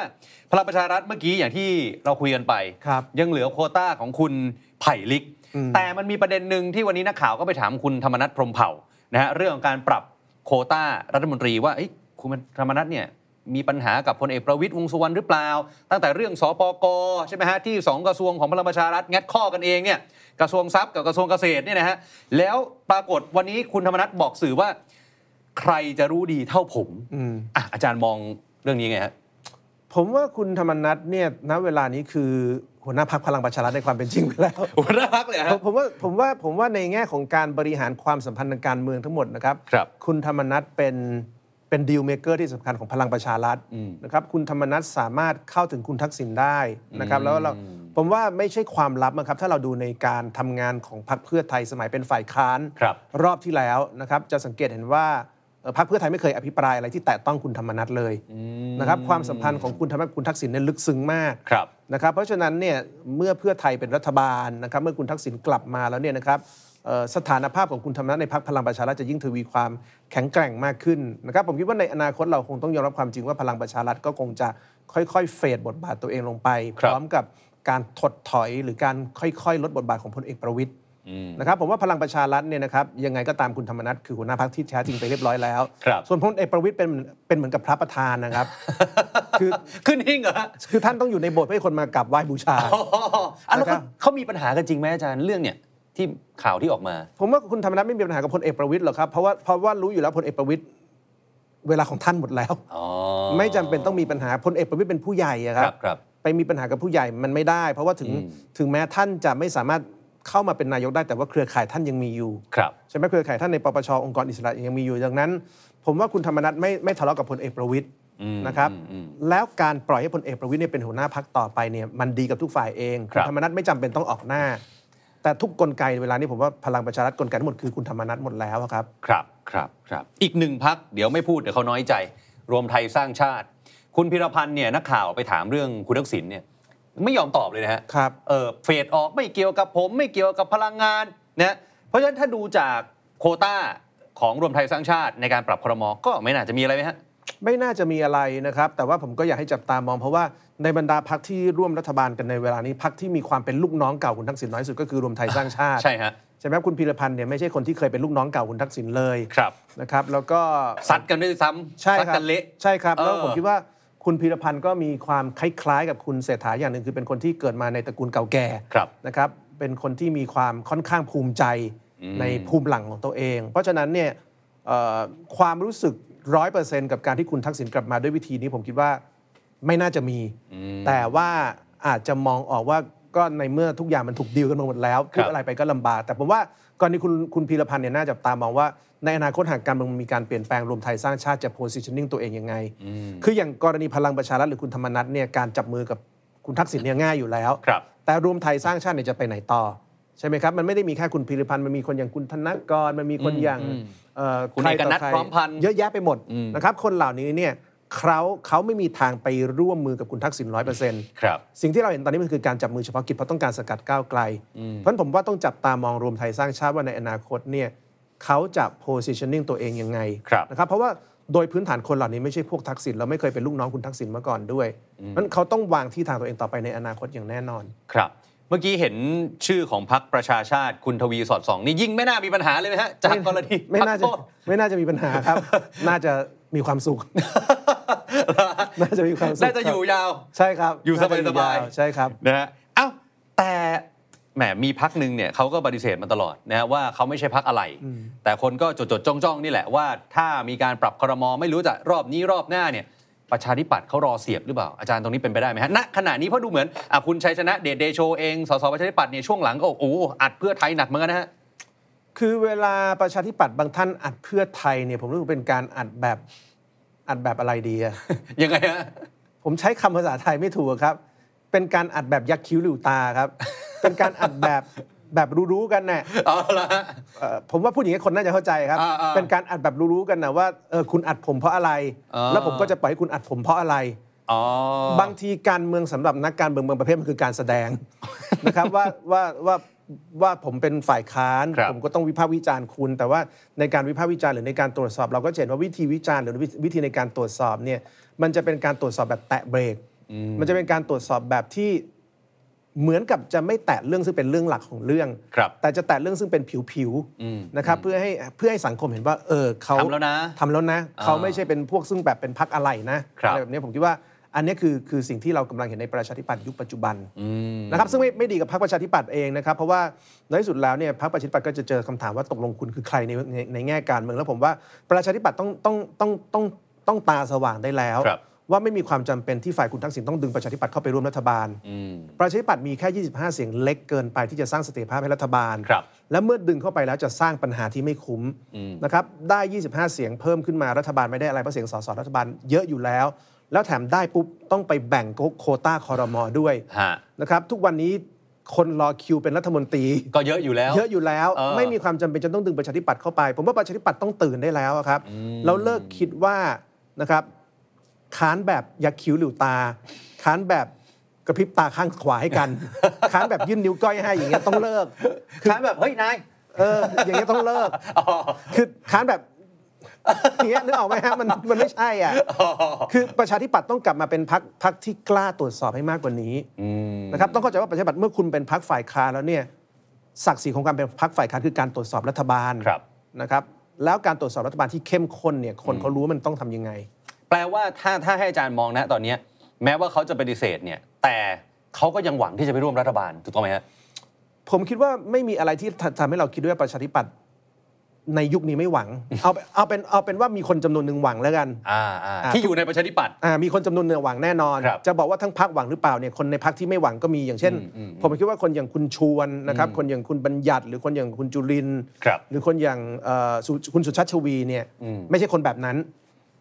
A: พลังประชารัฐเมื่อกี้อย่างที่เราคุยกันไป
B: ครับ
A: ยังเหลือโควต้าของคุณไผ่ลิก
B: อืม
A: แต่มันมีประเด็นหนึ่งที่วันนี้นักข่าวก็ไปถามคุณธรรมนัฐพรหมเผ่านะฮะเรื่องของการปรับโควต้ารัฐมนตรีว่าเอ้ยคุณธรรมนัฐเนี่ยมีปัญหากับพลเอกประวิตยวงษ์สุวรรณหรือเปล่า ตั้งแต่เรื่องสปกใช่ไหมฮะที่สองกระทรวงของพลังประชารัฐงัดข้อกันเองเนี่ยกระทรวงทรัพย์กับกระทรวงเกษตรเนี่ยนะฮะแล้วปรากฏวันนี้คุณธรรมนัฐบอกสื่อว่า ใครจะรู้ดีเท่าผม
B: อืม
A: อ่ะอาจารย์มองเรื่องนี้ไงฮะ
B: ผมว่าคุณธรรมนัทเนี่ยณเวลานี้คือหัวหน้าพักพลังประชารัฐในความเป็นจริงไปแล้ว
A: หัวหน้าพักเลยฮะ
B: ผมผมว่าผมว่าผมว่าในแง่ของการบริหารความสัมพันธ์ทางการเมืองทั้งหมดนะครับ
A: ครับ
B: คุณธรรมนัทเป็นเป็นดีลเมเกอร์ที่สำคัญของพลังประชารัฐ
A: อืม
B: นะครับคุณธรรมนัทสามารถเข้าถึงคุณทักษิณได้นะครับแล้วเรา
A: อืม
B: ผมว่าไม่ใช่ความลับนะครับถ้าเราดูในการทำงานของพรรคเพื่อไทยสมัยเป็นฝ่ายค้าน
A: ครับ
B: รอบที่แล้วนะครับจะสังเกตเห็นว่าเอ่อพรรคเพื่อไทยไม่เคยอภิปรายอะไรที่แตะต้องคุณธรรมนัทเลยนะครับความสัมพันธ์ของคุณธรรมนัทคุณทักษิณเนี่ยลึกซึ้งมาก
A: ครับ
B: นะครับเพราะฉะนั้นเนี่ยเมื่อเพื่อไทยเป็นรัฐบาลนะครับเมื่อคุณทักษิณกลับมาแล้วเนี่ยนะครับเอ่อสถานภาพของคุณธรรมนัฐในพรรคพลังประชารัฐจะยิ่งทวีความแข็งแกร่งมากขึ้นนะครับผมคิดว่าในอนาคตเราคงต้องยอมรับความจริงว่าพลังประชารัฐก็คงจะค่อยๆ เฟดบทบาทตัวเองลงไป
A: ค
B: พ
A: รับ
B: ร้อมกับการถดถอยหรือการค่อยๆ ลดบทบาทของพลเอกประวิตย
A: อืม
B: นะครับผมว่าพลังประชารัฐเนี่ยนะครับยังไงก็ตามคุณธรรมนัฐคือหัวหน้าพักที่แท้จริงไปเรียบร้อยแล้ว
A: ครับ
B: ส่วนพลเอกประวิตยเป็นเป็นเหมือนกับพระประธาน นะครับ คือ
A: ขึ้นหิ้งเหรอฮะ
B: คือท่านต้องอยู่ในโบสถ์เพื่อให้คนมากราบไหว้บูชา
A: อ๋ออ่ะแล้ว
B: นะครั
A: เขา
B: บ
A: เขามีปัญหากันจริงไหมอาจารย์เรื่องเนี่ยที่ข่าวที่ออกมา
B: ผมว่าคุณธรรมนัฐไม่มีปัญหากับพลเอกประวิตยหรอกครับเพราะว่าเพราะว่ารู้อยู่แล้วพลเอกประวิตยเวลาของท่านหมดแล้ว
A: อ๋อ
B: ไม่จำเป็นต้องมีปัญหาพลเอกประวิตยเป็นผู้ใหญ่
A: ค
B: อะครั
A: รับ บครับ
B: ไปมีปัญหากับผู้ใหญ่มันไม่ได้ เพราะว่าถึง
A: อืม
B: ถึงแม้ท่านจะไม่สามารถเข้ามาเป็นนายกได้แต่ว่าเครือข่ายท่านยังมีอยู่
A: ครับ
B: ใช่ไหมเครือข่ายท่านในปปชองค์กรอิสระยังมีอยู่ดังนั้น ผมว่าคุณธรรมนัฐไม่ไม่ทะเลาะกับพลเอกประวิตย
A: อืม
B: นะครับ
A: อืม
B: แล้วการปล่อยให้พลเอกประวิตยเนี่ยเป็นหัวหน้าพักต่อไปเนี่ยมันดีกับทุกฝ่ายเอง
A: ครับ
B: ณธรรมนัฐไม่จำเป็นต้องออกหน้า แต่ทุกกลไกเวลานี้ผมว่าพลังประชารัฐกลไกทั้งหมดคือคุณธรรมนัฐหมดแล้วอะครับ
A: ครับครับครับอีกหนึ่งพักเดี๋ยวไม่พูดเดี๋ยวเขาน้อยใจ รวมไทยสร้างชาติ คุณพิรพันธ์เนี่ยนักข่าวไปถามเรื่องคุณทักษิณเนี่ยไม่ยอมตอบเลยนะฮะ
B: ครับ
A: เออเฟดออกไม่เกี่ยวกับผมไม่เกี่ยวกับพลังงานนะเพราะฉะนั้นถ้าดูจากโควต้าของรวมไทยสร้างชาติในการปรับครมก็ไม่น่าจะมีอะไรไหมฮะ
B: ไม่น่าจะมีอะไรนะครับ แต่ว่าผมก็อยากให้จับตามอง เพราะว่าในบรรดาพักที่ร่วมรัฐบาลกันในเวลานี้พักที่มีความเป็นลูกน้องเก่าคุณทักษิณน้อยสุดก็คือรวมไทยสร้างชาติ
A: ใช่ฮะ
B: ใช่ไหมครับคุณพีรพันธ์เนี่ยไม่ใช่คนที่เคยเป็นลูกน้องเก่าคุณทักษิณเลย
A: ครับ
B: นะครับแล้วก็
A: สัดกันด้วยซ้ำ
B: ใช่
A: ซัด
B: ครับ
A: กันเละ
B: ใช่ครับ แล้ว
A: เออ
B: ผมคิดว่าคุณพีรพันธ์ก็มีความคล้ายๆ กับคุณเศรษฐาอย่างหนึ่งคือเป็นคนที่เกิดมาในตระกูลเก่าแก่
A: ครับ
B: นะครับเป็นคนที่มีความค่อนข้างภูมิใจ
A: อืม
B: ในภูมิหลังของตัวเอง เพราะฉะนั้นเนี่ยเอ่อความรู้สึกร้อยเปอร์เซนต์กับการที่คุณทักษิณกลับมาด้วยวิธีนี้ผมคิดว่าไม่น่าจะมี
A: อืม
B: แต่ว่าอาจจะมองออกว่าก็ในเมื่อทุกอย่างมันถูกดีลกันมาหมดแล้ว
A: ครับ
B: พูดอะไรไปก็ลำบาก แต่ผมว่ากรณีคุณคุณพีรพันธ์เนี่ยน่าจับตามองว่า ในอนาคตหากการเมืองมันมีการเปลี่ยนแปลงรวมไทยสร้างชาติจะ positioning ตัวเองยังไง
A: อืม
B: คืออย่างกรณีพลังประชารัฐหรือคุณธรรมนัฐเนี่ยการจับมือกับคุณทักษิณเนี่ยง่ายอยู่แล้ว
A: ครับ
B: แต่รวมไทยสร้างชาติเนี่ยจะไปไหนต่อ ใช่ไหมครับ มันไม่ได้มีแค่คุณพีรพันธ์มันมีคนอย่างคุณธนกรมันมีคนอย่าง
A: อืม
B: เอ่อ
A: คุณ
B: ใร
A: เอกนัท
B: ต่ใ
A: พร้อมพันธุ์
B: เยอะแยะไปหมด
A: อืม
B: นะครับคนเหล่านี้เนี่ยเขาเขาไม่มีทางไปร่วมมือกับคุณทักษิณร้อยเปอร์เซ็นต์
A: ครับ
B: สิ่งที่เราเห็นตอนนี้มันคือการจับมือเฉพาะกิจเพราะต้องการสกัดก้าวไกล
A: อืม
B: เพราะฉะนั้นผมว่าต้องจับตามองรวมไทยสร้างชาติว่าในอนาคตเนี่ยเขาจะ positioning ตัวเองยังไง
A: ครับ
B: นะครับเพราะว่าโดยพื้นฐานคนเหล่านี้ไม่ใช่พวกทักษิณเราไม่เคยเป็นลูกน้องคุณทักษิณมาก่อนด้วยนั้นเขาต้องวางที่ทางตัวเองต่อไปในอนาคตอย่างแน่นอน
A: ครับ เมื่อกี้เห็นชื่อของพักประชาชาติคุณทวีสอดส่อง นี่ยิ่งไม่น่ามีปัญหาเลยไหมฮะจากกรณี
B: ไม่น่าจะ
A: พรรคโทษ
B: ไม่น่าจะมีปัญหาครับ น่าจะมีความสุข น่าจะมีความสุข
A: น่าจะอยู่ยาว
B: ใช่ครับ
A: อยู่สบายๆ
B: น่จะวใช่ครับ
A: นะฮะเอ้าแต่แหมมีพักหนึ่งเนี่ยเขาก็ปฏิเสธมาตลอดนะฮะว่าเขาไม่ใช่พักอะไร
B: อืม
A: แต่คนก็จดจดจ้องจ้องๆนี่แหละว่าถ้ามีการปรับครมอไม่รู้จะรอบนี้รอบหน้าเนี่ย ประชาธิปัตย์เขารอเสียบหรือเปล่าอาจารย์ตรงนี้เป็นไปได้ไหมฮะณขณะนี้เพราะดูเหมือนอ่ะคุณชัยชนะเดชเดโชเองสสประชาธิปัตย์เนี่ยช่วงหลังก็โอ้โหอัดเพื่อไทยหนักเหมือนกันนะฮะ
B: คือเวลาประชาธิปัตย์บางท่านอัดเพื่อไทยเนี่ยผมรู้สึกเป็นการอัดแบบอัดแบบอะไรดีอะ
A: ยังไงฮะ
B: ผมใช้คำภาษาไทยไม่ถูกครับ เป็นการอัดแบบยักษ์คิ้วหลิวตาครับ เป็นการอัดแบบ แบบรู้ๆกันน่ะ
A: เอาละฮะ
B: เอ่อผมว่าพูดอย่างนี้คนน่าจะเข้าใจครับ
A: อ่าๆ
B: เป็นการอัดแบบรู้ๆกันนะว่าเออคุณอัดผมเพราะอะไร
A: อ่า
B: แล้วผมก็จะปล่อยให้คุณอัดผมเพราะอะไร
A: อ๋อบ
B: างทีการเมืองสำหรับนักการเมืองบางประเภทมันคือการแส ดง นะครับว่าว่าว่าว่าผมเป็นฝ่ายค้าน
A: ครับ
B: ผมก็ต้องวิพากษ์วิจารณ์คุณ แต่ว่าในการวิพากษ์วิจารณ์หรือในการตรวจสอบ เราก็จะเห็นว่าวิธีวิจารณ์หรือวิวิธีในการตรวจสอบเนี่ยมันจะเป็นการตรวจสอบแบบแตะเบรก มันจะเป็นการตรวจสอบแบบที่เหมือนกับจะไม่แตะเรื่องซึ่งเป็นเรื่องหลักของเรื่อง
A: ครับ
B: แต่จะแตะเรื่องซึ่งเป็นผิว
A: อืม
B: ๆนะครับเพื่อให้เพื่อให้สังคมเห็นว่าเออเขา
A: ทำแล้วนะ
B: ทำแล้วนะ
A: อ่า
B: เขาไม่ใช่เป็นพวกซึ่งแบบเป็นพักอะไรนะครับ อะไรแบบ แบบนี้ผมคิดว่าอันนี้คือคือสิ่งที่เรากำลังเห็นในประชาธิปัตย์ยุคปัจจุบัน
A: อืม
B: นะครับซึ่งไม่ไม่ดีกับพรรคประชาธิปัตย์เองนะครับ เพราะว่าในที่สุดแล้วเนี่ยพรรคประชาธิปัตย์ก็จะเจอคำถามว่าตกลงคุณคือใครในในในแง่การเมืองแล้วผมว่าประชาธิปัตย์ต้องต้องต้องต้องต้องตาสว่างได้แล้ว
A: ครับ
B: ว่าไม่มีความจำเป็นที่ฝ่ายคุณทักษิณต้องดึงประชาธิปัตย์เข้าไปร่วมรัฐบาล
A: อืม
B: ประชาธิปัตย์มีแค่ 25 เสียงเล็กเกินไปที่จะสร้างเสถียรภาพให้รัฐบาล
A: ครับ
B: และเมื่อดึงเข้าไปแล้วจะสร้างปัญหาที่ไม่คุ้มนะครับ ได้ 25 เสียงเพิ่มขึ้นมารัฐบาลไม่ได้อะไรเพราะเสียงสสรัฐบาลเยอะอยู่แล้ว แล้วแถมได้ปุ๊บต้องไปแบ่งโควต้าคอรมอด้วย
A: ฮะ
B: นะครับ ทุกวันนี้คนรอคิวเป็นรัฐมนตรี
A: ก็เยอะอยู่แล้ว
B: เยอะอยู่แล้ว
A: เออ
B: ไม่มีความจำเป็นจะต้องดึงประชาธิปัตย์เข้าไป ผมว่าประชาธิปัตย์ต้องตื่นได้แล้วอะครับเราเลิกคิดว่านะครับค้านแบบยักษ์คิ้วหลิวตา ค้านแบบกระพริบตาข้างขวาให้กัน ค้านแบบยื่นนิ้วก้อยให้อย่างเงี้ยต้องเลิก
A: ค้านแบบเฮ้ยนาย
B: เอออย่างเงี้ยต้องเลิกคือค้านแบบอย่างเงี้ยนึกออกไหมฮะมันมันไม่ใช่อ่ะคือประชาธิปัตย์ต้องกลับมาเป็นพักพักที่กล้าตรวจสอบให้มากกว่านี้ นะครับต้องเข้าใจว่าประชาธิปัตย์เมื่อคุณเป็นพักฝ่ายค้านแล้วเนี่ยศักดิ์ศรีของการเป็นพักฝ่ายค้านคือการตรวจสอบรัฐบาล
A: ครับ
B: นะครับแล้วการตรวจสอบรัฐบาลที่เข้มข้นเนี่ยคนเขารู้ว่ามันต้องทำยังไง
A: แปลว่าถ้าถ้าให้อาจารย์มองนะตอนเนี้ยแม้ว่าเขาจะปฏิเสธเนี่ย แต่เขาก็ยังหวังที่จะไปร่วมรัฐบาลถูกต้องไหมฮะ
B: ผมคิดว่าไม่มีอะไรที่ทำให้เราคิดด้วยว่าประชาธิปัตย์ในยุคนี้ไม่หวัง เอาเอาเป็นเอาเป็นว่ามีคนจำนวนหนึ่งหวังแล้วกัน
A: อ่าอ่า
B: อ่า
A: ที่อยู่ในประชาธิปัตย์
B: อ่ามีคนจำนวนหนึ่งหวังแน่นอน
A: ครับ
B: จะบอกว่าทั้งพักหวังหรือเปล่าเนี่ยคนในพักที่ไม่หวังก็มีอย่างเช่น ผมคิดว่าคนอย่างคุณชวนนะครับคนอย่างคุณบัญญัติ หรือคนอย่างคุณจุรินทร์
A: ครับ
B: หรือคนอย่างเอ่อสุคุณสุชาติชวีเนี่ยไม่ใช่คนแบบนั้น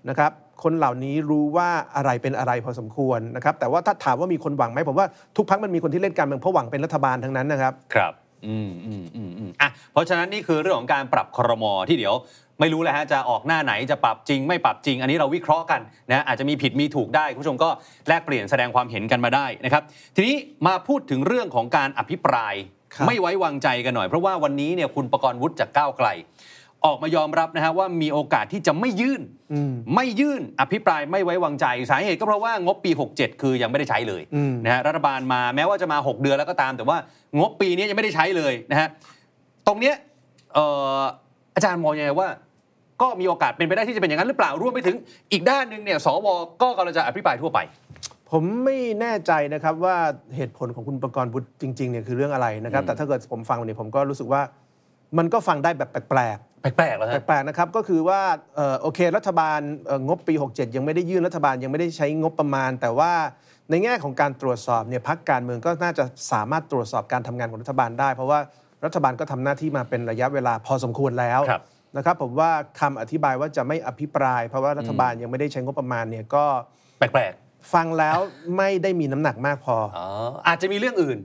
B: นะครับคนเหล่านี้รู้ว่าอะไรเป็นอะไรพอสมควรนะครับแต่ว่าถ้าถามว่ามีคนหวังไหมผมว่าทุกพักมันมีคนที่เล่นการเมืองเพราะหวังเป็นรัฐบาลทั้งนั้นนะครับ
A: ครับอืมอืมอืมอืมอ่ะเพราะฉะนั้นนี่คือเรื่องของการปรับครมอที่เดี๋ยว ไม่รู้แหละฮะจะออกหน้าไหนจะปรับจริง ไม่ปรับจริง อันนี้เราวิเคราะห์กันนะอาจจะมีผิดมีถูกได้คุณผู้ชมก็แลกเปลี่ยนแสดงความเห็นกันมาได้นะครับทีนี้มาพูดถึงเรื่องของการอภิปราย
B: ครับ
A: ไม่ไว้วางใจกันหน่อย เพราะว่าวันนี้เนี่ยคุณประกรณ์วุฒิจากก้าวไกล ออกมายอมรับนะฮะว่ามีโอกาสที่จะไม่ยื่น ไม่ยื่นอภิปรายไม่ไว้วางใจสาเหตุก็เพราะว่างบปี 67 คือยังไม่ได้ใช้เลย
B: อืม
A: นะฮะรัฐบาลมาแม้ว่าจะมา 6 เดือนแล้วก็ตาม แต่ว่างบปีนี้ยังไม่ได้ใช้เลยนะฮะตรงเนี้ยเอ่ออาจารย์มองยังไงว่า ก็มีโอกาสเป็นไปได้ที่จะเป็นอย่างนั้นหรือเปล่ารวมไปถึงอีกด้านหนึ่งเนี่ยสวก็กำลังจะอภิปรายทั่วไป
B: ผมไม่แน่ใจนะครับว่าเหตุผลของคุณประกรณ์บุตรจริงๆเนี่ยคือเรื่องอะไรนะครับแต่ถ้าเกิดผมฟังเนี่ยผมก็รู้สึกว่ามันก็ฟังได้แบบแปลกๆ
A: แปลกๆแล้วฮะ
B: แปลกๆนะครับก็คือว่าเอ่อโอเครัฐบาลเอ่องบปี 67 ยังไม่ได้ยื่นรัฐบาลยังไม่ได้ใช้งบประมาณ แต่ว่าในแง่ของการตรวจสอบเนี่ยพักการเมืองก็น่าจะสามารถตรวจสอบการทำงานของรัฐบาลได้ เพราะว่ารัฐบาลก็ทำหน้าที่มาเป็นระยะเวลาพอสมควรแล้ว
A: ครับ
B: นะครับผมว่าคำอธิบายว่าจะไม่อภิปราย เพราะว่ารัฐบาลยังไม่ได้ใช้งบประมาณเนี่ยก็
A: แปลก
B: ฟังแล้วไม่ได้มีน้ำหนักมากพอ
A: ๆอ๋ออาจจะมีเรื่องอื่น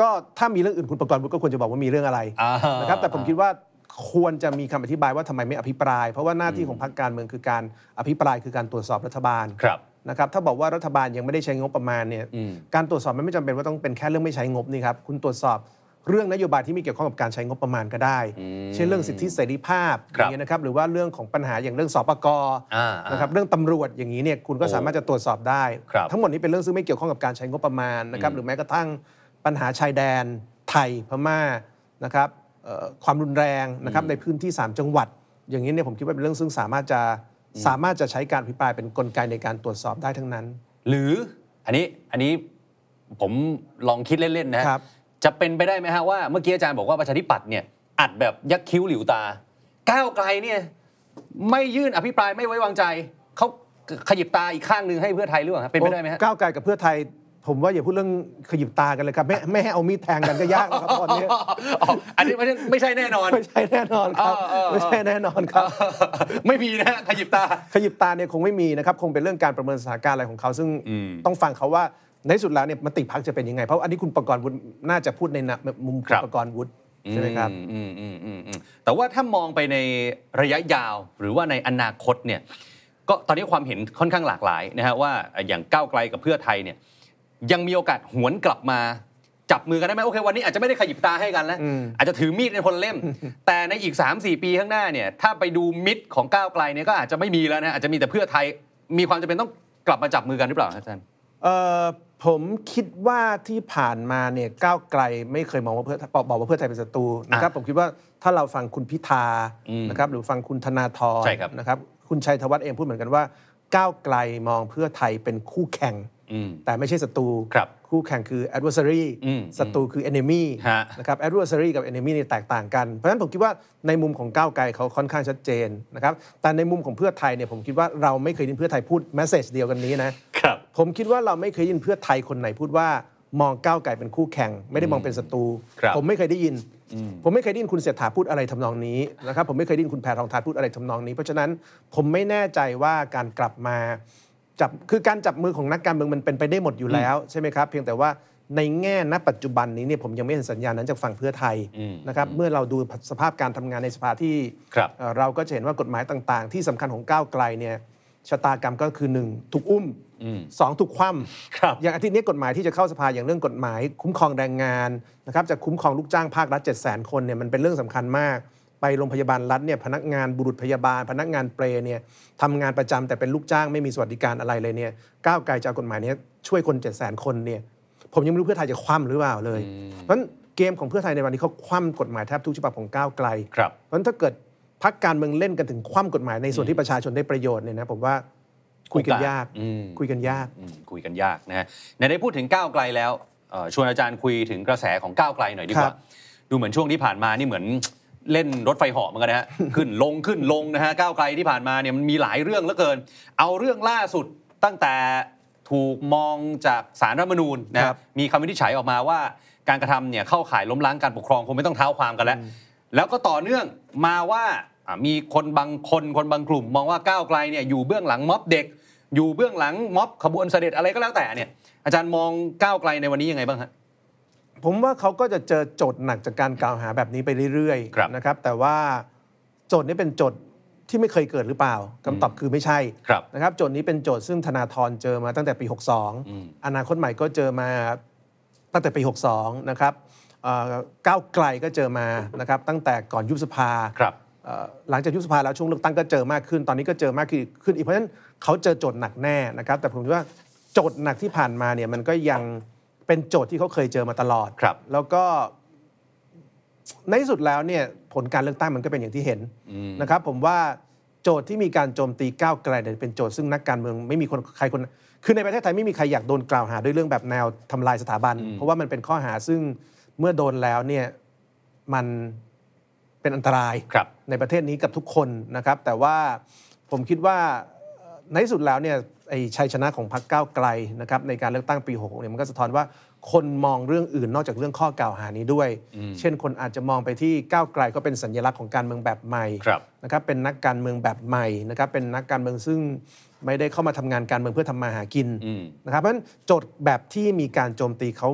B: ก็ถ้ามีเรื่องอื่นคุณประกรณ์วุฒิก็ควรจะบอกว่ามีเรื่องอะไร
A: อ่าน
B: นะครับแต่ผม
A: อ่า
B: คิดว่าควรจะมีคำอธิบายว่าทำไมไม่อภิปราย เพราะว่าหน้าที่ของพรรคการเมืองคือการอภิปรายคือการตรวจสอบรัฐบาล
A: ครับ
B: นะครับถ้าบอกว่ารัฐบาลยังไม่ได้ใช้งบประมาณเนี่ย
A: อืม
B: การตรวจสอบมันไม่จำเป็นว่าต้องเป็นแค่เรื่องไม่ใช้งบนี่ครับคุณตรวจสอบเรื่องนโยบายที่ไม่เกี่ยวข้องกับการใช้งบประมาณก็ได้ เช่นเรื่องสิทธิเสรีภาพอ
A: ครับ
B: ย่างเงี้ยนะครับหรือว่าเรื่องของปัญหาอย่างเรื่องสปก
A: อ่าอ่าน
B: นะครับเรื่องตำรวจอย่างนี้เนี่ยคุณก็สามารถจะตรวจสอบได้
A: ครับ
B: ทั้งหมดนี้เป็นเรื่องซึ่งไม่เกี่ยวข้องกับการใช้งบประมาณนะครับหรือแม้กระทั่งปัญหาชายแดนไทยพม่านะครับเอ่อความรุนแรงนะครับในพื้นที่ 3 จังหวัด อย่างนี้เนี่ยผมคิดว่าเป็นเรื่องซึ่งสามารถจะสามารถจะใช้การอภิปรายเป็นกลไกในการตรวจสอบได้ทั้งนั้น
A: หรืออันนี้อันนี้ผมลองคิดเล่นๆนะฮะ
B: ครับ
A: จะเป็นไปได้ไหมฮะว่าเมื่อกี้อาจารย์บอกว่าประชาธิปัตย์เนี่ยอัดแบบยักษ์คิ้วหลิวตา ก้าวไกลเนี่ยไม่ยื่นอภิปรายไม่ไว้วางใจเขา ขยิบตาอีกข้างหนึ่งให้เพื่อไทยหรือเปล่าฮะเป็นไปได้ไหมฮะ
B: ก้าวไกลกับเพื่อไทย ผมว่าอย่าพูดเรื่องขยิบตากันเลยครับ ไม่ไม่ให้เอามีดแทงกันก็ยากแล้วครับตอนนี้
A: อ๋ออันนี้ไม่ใช่ไม่ใช่แน่นอน
B: ไม่ใช่แน่นอนครับ
A: เออเออเออ
B: ไม่ใช่แน่นอนครับ
A: ไม่มีนะฮะขยิบตา
B: ขยิบตาเนี่ยคงไม่มีนะครับ คงเป็นเรื่องการประเมินสถานการณ์อะไรของเขา ซึ่ง
A: อืม
B: ต้องฟังเขาว่าในที่สุดแล้วเนี่ยมติพักจะเป็นยังไง เพราะอันนี้คุณประกรณ์วุฒิน่าจะพูดในนะมุม
A: ค
B: ข
A: รั
B: อง
A: บ
B: ประกรณ์วุฒิใช่ไหมครับ
A: อืมอืมอืมอืมแต่ว่าถ้ามองไปในระยะยาวหรือว่าในอนาคตเนี่ย ก็ตอนนี้ความเห็นค่อนข้างหลากหลายนะฮะว่าอย่างก้าวไกลกับเพื่อไทยเนี่ย ยังมีโอกาสหวนกลับมาจับมือกันได้ไหมโอเควันนี้อาจจะไม่ได้ขยิบตาให้กันแล้ว
B: อืม
A: อาจจะถือมีดในคนละเล่ม แต่ในอีก 3-4 ปีข้างหน้าเนี่ย ถ้าไปดูมิตรของก้าวไกลเนี่ยก็อาจจะไม่มีแล้วนะอาจจะมีแต่เพื่อไทยมีความจำเป็นต้องกลับมาจับมือกันหรือเปล่าครับอาจารย์
B: เอ่อผมคิดว่าที่ผ่านมาเนี่ยก้าวไกลไม่เคยมองว่าเพื่อบอกบอกว่าเพื่อไทยเป็นศัตรูนะครับผมคิดว่าถ้าเราฟังคุณพิธา
A: อืม
B: นะครับหรือฟังคุณธนาธร
A: ใช่ครับ
B: นะครับคุณชัยธวัฒน์เองพูดเหมือนกันว่าก้าวไกลมองเพื่อไทยเป็นคู่แข่ง
A: อืม
B: แต่ไม่ใช่ศัตรู
A: ครับ
B: คู่แข่งคือ adversary
A: อืม
B: ศัตรูคือ enemy
A: ฮะ
B: นะครับ adversary กับ enemy เนี่ยแตกต่างกัน เพราะฉะนั้นผมคิดว่าในมุมของก้าวไกลเขาค่อนข้างชัดเจนนะครับแต่ในมุมของเพื่อไทยเนี่ยผมคิดว่าเราไม่เคยได้ยินเพื่อไทยพูด message เดียวกันนี้นะครับ ผมคิดว่าเราไม่เคยได้ยินเพื่อไทยคนไหนพูดว่ามองก้าวไกลเป็นคู่แข่ง ไม่ได้มองเป็นศัตรู
A: ครับ
B: ผมไม่เคยได้ยิน ผมไม่เคยได้ยินคุณเสถาพูดอะไรทำนองนี้นะครับผมไม่เคยได้ยินคุณแพรทองทานพูดอะไรทำนองนี้ เพราะฉะนั้นผมไม่แน่ใจว่าการกลับมา จับคือการจับมือของนักการเมืองมันเป็นไปได้หมดอยู่แล้วใช่ไหมครับ เพียงแต่ว่าในแง่ณปัจจุบันนี้เนี่ยผมยังไม่เห็นสัญญาณนั้นจากฝั่งเพื่อไทย
A: อืม
B: นะครับเมื่อเราดูสภาพการทำงานในสภาที่
A: ครับ
B: เอ่อเราก็จะเห็นว่ากฎหมายต่างๆ ที่สำคัญของก้าวไกลเนี่ยชะตากรรมก็คือหนึ่งถูกอุ้ม
A: อืม
B: สองถูกคว่
A: ครับ
B: ำอย่างอาทิตย์นี้กฎหมายที่จะเข้าสภาอย่างเรื่องกฎหมาย คุ้มครองแรงงานนะครับจะคุ้มครองลูกจ้างภาครัฐ 7 0 0 0 0 0 คนเนี่ยมันเป็นเรื่องสำคัญมาก ไปโรงพยาบาลรัฐเนี่ยพนักงานบุรุษพยาบาล พนักงานเปรย์เนี่ยทำงานประจำแต่เป็นลูกจ้างไม่มีสวัสดิการอะไรเลยเนี่ยก้าวไกลจะเอากฎหมายเนี้ยช่วยคน 7 0 0 0 0 คนเนี่ยผมยังไม่รู้เพื่อไทยจะคว่ำหรือเปล่าเลย เพราะฉะนั้นเกมของเพื่อไทยในวันนี้เขาคว่ำกฎหมายแทบทุกฉบับของก้าวไกล
A: ครับ
B: เพราะฉะนั้นถ้าเกิดพักการเมืองเล่นกันถึงคว่ำกฎหมายในส่วนที่ประชาชนได้ประโยชน์เนี่ยนะผมว่าคุยกันยาก
A: อืม
B: คุยกันยาก
A: อืมคุยกันยากนะฮะไหนได้พูดถึงก้าวไกลแล้วเอ่อชวนอาจารย์คุยถึงกระแสของก้าวไกลหน่อยดีก
B: ครั
A: ว่า
B: บ
A: ดูเหมือนช่วงที่ผ่านมานี่เหมือน เล่นรถไฟเหาะเหมือนกันนะฮ ะ ขึ้นลงขึ้นลงนะฮะก้าวไกลที่ผ่านมาเนี่ยมันมีหลายเรื่องเหลือเกิน เอาเรื่องล่าสุดตั้งแต่ถูกมองจากสารรัฐธรรมนูญนะ
B: ครั
A: ฮะ
B: บ
A: มีคำวินิจฉัยออกมาว่า การกระทำเนี่ยเข้าข่ายล้มล้างการปกครองคงไม่ต้องเท้าความกันแล้ว แล้วก็ต่อเนื่องมาว่าอ่ะมีคนบางคนคนบางกลุ่ม มองว่าก้าวไกลเนี่ยอยู่เบื้องหลังม็อบเด็ก อยู่เบื้องหลังม็อบขบวนเสด็จอะไรก็แล้วแต่เนี่ย อาจารย์มองก้าวไกลในวันนี้ยังไงบ้างฮะ
B: ผมว่าเขาก็จะเจอโจทย์หนักจากการกล่าวหาแบบนี้ไปเรื่อย
A: ครับ
B: ๆนะครับ แต่ว่าโจทย์นี้เป็นโจทย์ที่ไม่เคยเกิดหรือเปล่าคำตอบคือไม่ใช่
A: ครับ
B: นะครับ โจทย์นี้เป็นโจทย์ซึ่งธนาธรเจอมาตั้งแต่ปี
A: อืม
B: 62 อนาคตใหม่ก็เจอมาตั้งแต่ปี 62 นะครับเอ่อก้าวไกลก็เจอมานะครับ ตั้งแต่ก่อนยุบสภา
A: ครับ
B: เอ่อหลังจากยุบสภาแล้วช่วงเลือกตั้งก็เจอมากขึ้น ตอนนี้ก็เจอมากขึ้นอีกเพราะฉะนั้นเขาเจอโจทย์หนักแน่นะครับ แต่ผมคิดว่าโจทย์หนักที่ผ่านมาเนี่ยมันก็ยังเป็นโจทย์ที่เขาเคยเจอมาตลอด
A: ครับ
B: แล้วก็ในที่สุดแล้วเนี่ยผลการเลือกตั้งมันก็เป็นอย่างที่เห็นนะครับ ผมว่าโจทย์ที่มีการโจมตีก้าวไกลเนี่ยเป็นโจทย์ซึ่งนักการเมืองไม่มีคนใครคน คือในประเทศไทยไม่มีใครอยากโดนกล่าวหาด้วยเรื่องแบบแนวทำลายสถาบัน เพราะว่ามันเป็นข้อหาซึ่งเมื่อโดนแล้วเนี่ยมันเป็นอันตราย
A: ครับ
B: ในประเทศนี้กับทุกคนนะครับ แต่ว่าผมคิดว่าเอ่อในที่สุดแล้วเนี่ยไอ้ชัยชนะของพรรคก้าวไกลนะครับในการเลือกตั้งปี6เนี่ยมันก็สะท้อนว่าคนมองเรื่องอื่นนอกจากเรื่องข้อกล่าวหานี้ด้วย เช่นคนอาจจะมองไปที่ก้าวไกลก็เป็นสัญลักษณ์ของการเมืองแบบใหม่
A: ครับ
B: นะครับเป็นนักการเมืองแบบใหม่นะครับเป็นนักการเมืองซึ่งไม่ได้เข้ามาทำงานการเมืองเพื่อทำมาหากิน
A: อืม
B: นะครับเพราะฉะนั้นโจทย์แบบที่มีการโจมตีเขา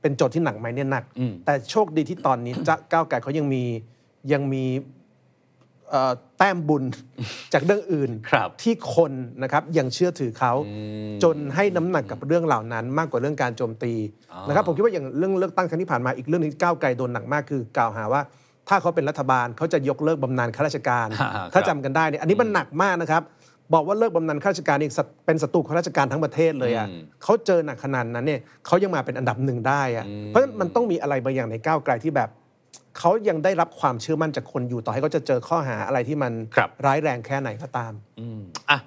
B: เป็นโจทย์ที่หนักไหมเนี่ยหนัก
A: อืม
B: แต่โชคดีที่ตอนนี้ จะก้าวไกลเขายังมียังมีเอ่อแต้ม บุญ จากเรื่องอื่น
A: ครับ
B: ที่คนนะครับยังเชื่อถือเขาจนให้น้ำหนักกับเรื่องเหล่านั้น มากกว่าเรื่องการโจมตีนะครับผมคิดว่าอย่างเรื่องเลือกตั้งครั้งที่ผ่านมาอีกเรื่องหนึงที่ก้าวไกลโดนหนักมากคือกล่าวหาว่า ถ้าเขาเป็นรัฐบาลเขาจะยกเลิกบำนาญข้าราช การ
A: อ่าครับ
B: ถ้าจำกันได้เนี่ยอันนี้มันหนักมากนะครับ บอกว่าเลิกบำนาญข้าราชการนี่สัตว์เป็นศัตรูของข้าราชการทั้งประเทศเลยอ่ะเขาเจอหนักขนาดนั้นเนี่ยเขายังมาเป็นอันดับหนึ่งได้อ่ะเพราะฉะนั้นมันต้องมีอะไรบางอย่างในก้าวไกลที่แบบ เขายังได้รับความเชื่อมั่นจากคนอยู่ต่อให้เขาจะเจอข้อหาอะไรที่มัน
A: ครับ
B: ร้ายแรงแค่ไหนก็ตาม
A: อ่ะ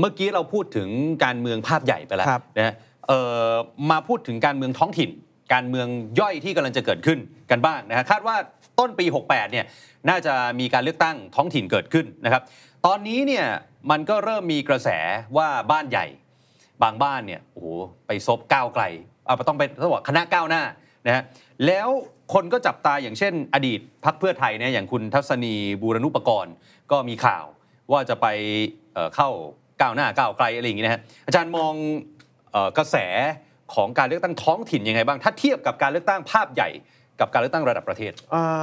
A: เมื่อกี้เราพูดถึงการเมืองภาพใหญ่ไปแล้ว
B: ครับ
A: นะฮะเอ่อมาพูดถึงการเมืองท้องถิ่น การเมืองย่อยที่กำลังจะเกิดขึ้นกันบ้างนะฮะคาดว่าต้นปี 68เนี่ยน่าจะมีการเลือกตั้งท้องถิ่นเกิดขึ้นนะครับ ตอนนี้เนี่ย มันก็เริ่มมีกระแสว่าบ้านใหญ่ บางบ้านเนี่ยโอ้โหไปซบก้าวไกลเอาต้องเป็นต้องบอกคณะก้าวหน้านะฮะแล้วคนก็จับตาอย่างเช่น อดีตพักเพื่อไทยเนี่ยอย่างคุณทัศนีบูรณุปกรณ์ ก็มีข่าวว่าจะไปเอ่อเข้าก้าวหน้าก้าวไกลอะไรอย่างงี้นะฮะอาจารย์มองเอ่อกระแสของการเลือกตั้งท้องถิ่นยังไงบ้าง ถ้าเทียบกับการเลือกตั้งภาพใหญ่ กับการเลือกตั้งระดับประเทศ
B: เอ่อ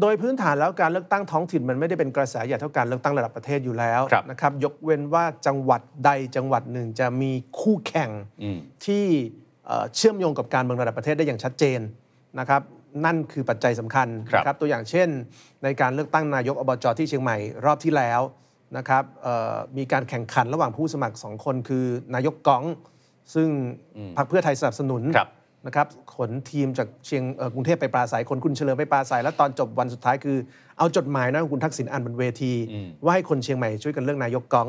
B: โดยพื้นฐานแล้วการเลือกตั้งท้องถิ่นมันไม่ได้เป็นกระแสใหญ่เท่าการเลือกตั้งระดับประเทศอยู่แล้ว
A: ครับ
B: นะครับยกเว้นว่าจังหวัดใดจังหวัดหนึ่งจะมีคู่แข่ง
A: อืม
B: ที่เอ่อเชื่อมโยงกับการเมืองระดับประเทศได้อย่างชัดเจนนะครับนั่นคือปัจจัยสำคัญ
A: ครับ
B: นะครับตัวอย่างเช่น ในการเลือกตั้งนายกอบจที่เชียงใหม่รอบที่แล้วนะครับเอ่อมีการแข่งขันระหว่างผู้สมัครสองคนคือนายกก้อง ซึ่งพรรคเพื่อไทยสนับสนุน
A: ครับ
B: นะครับขนทีมจากเชียงเอ่อกรุงเทพไปปราศัยขนคุณเฉลิมไปปราศัยและตอนจบวันสุดท้ายคือ เอาจดหมายนะของคุณทักษิณอ่านบนเวที ว่าให้คนเชียงใหม่ช่วยกันเลือกนายกก้อง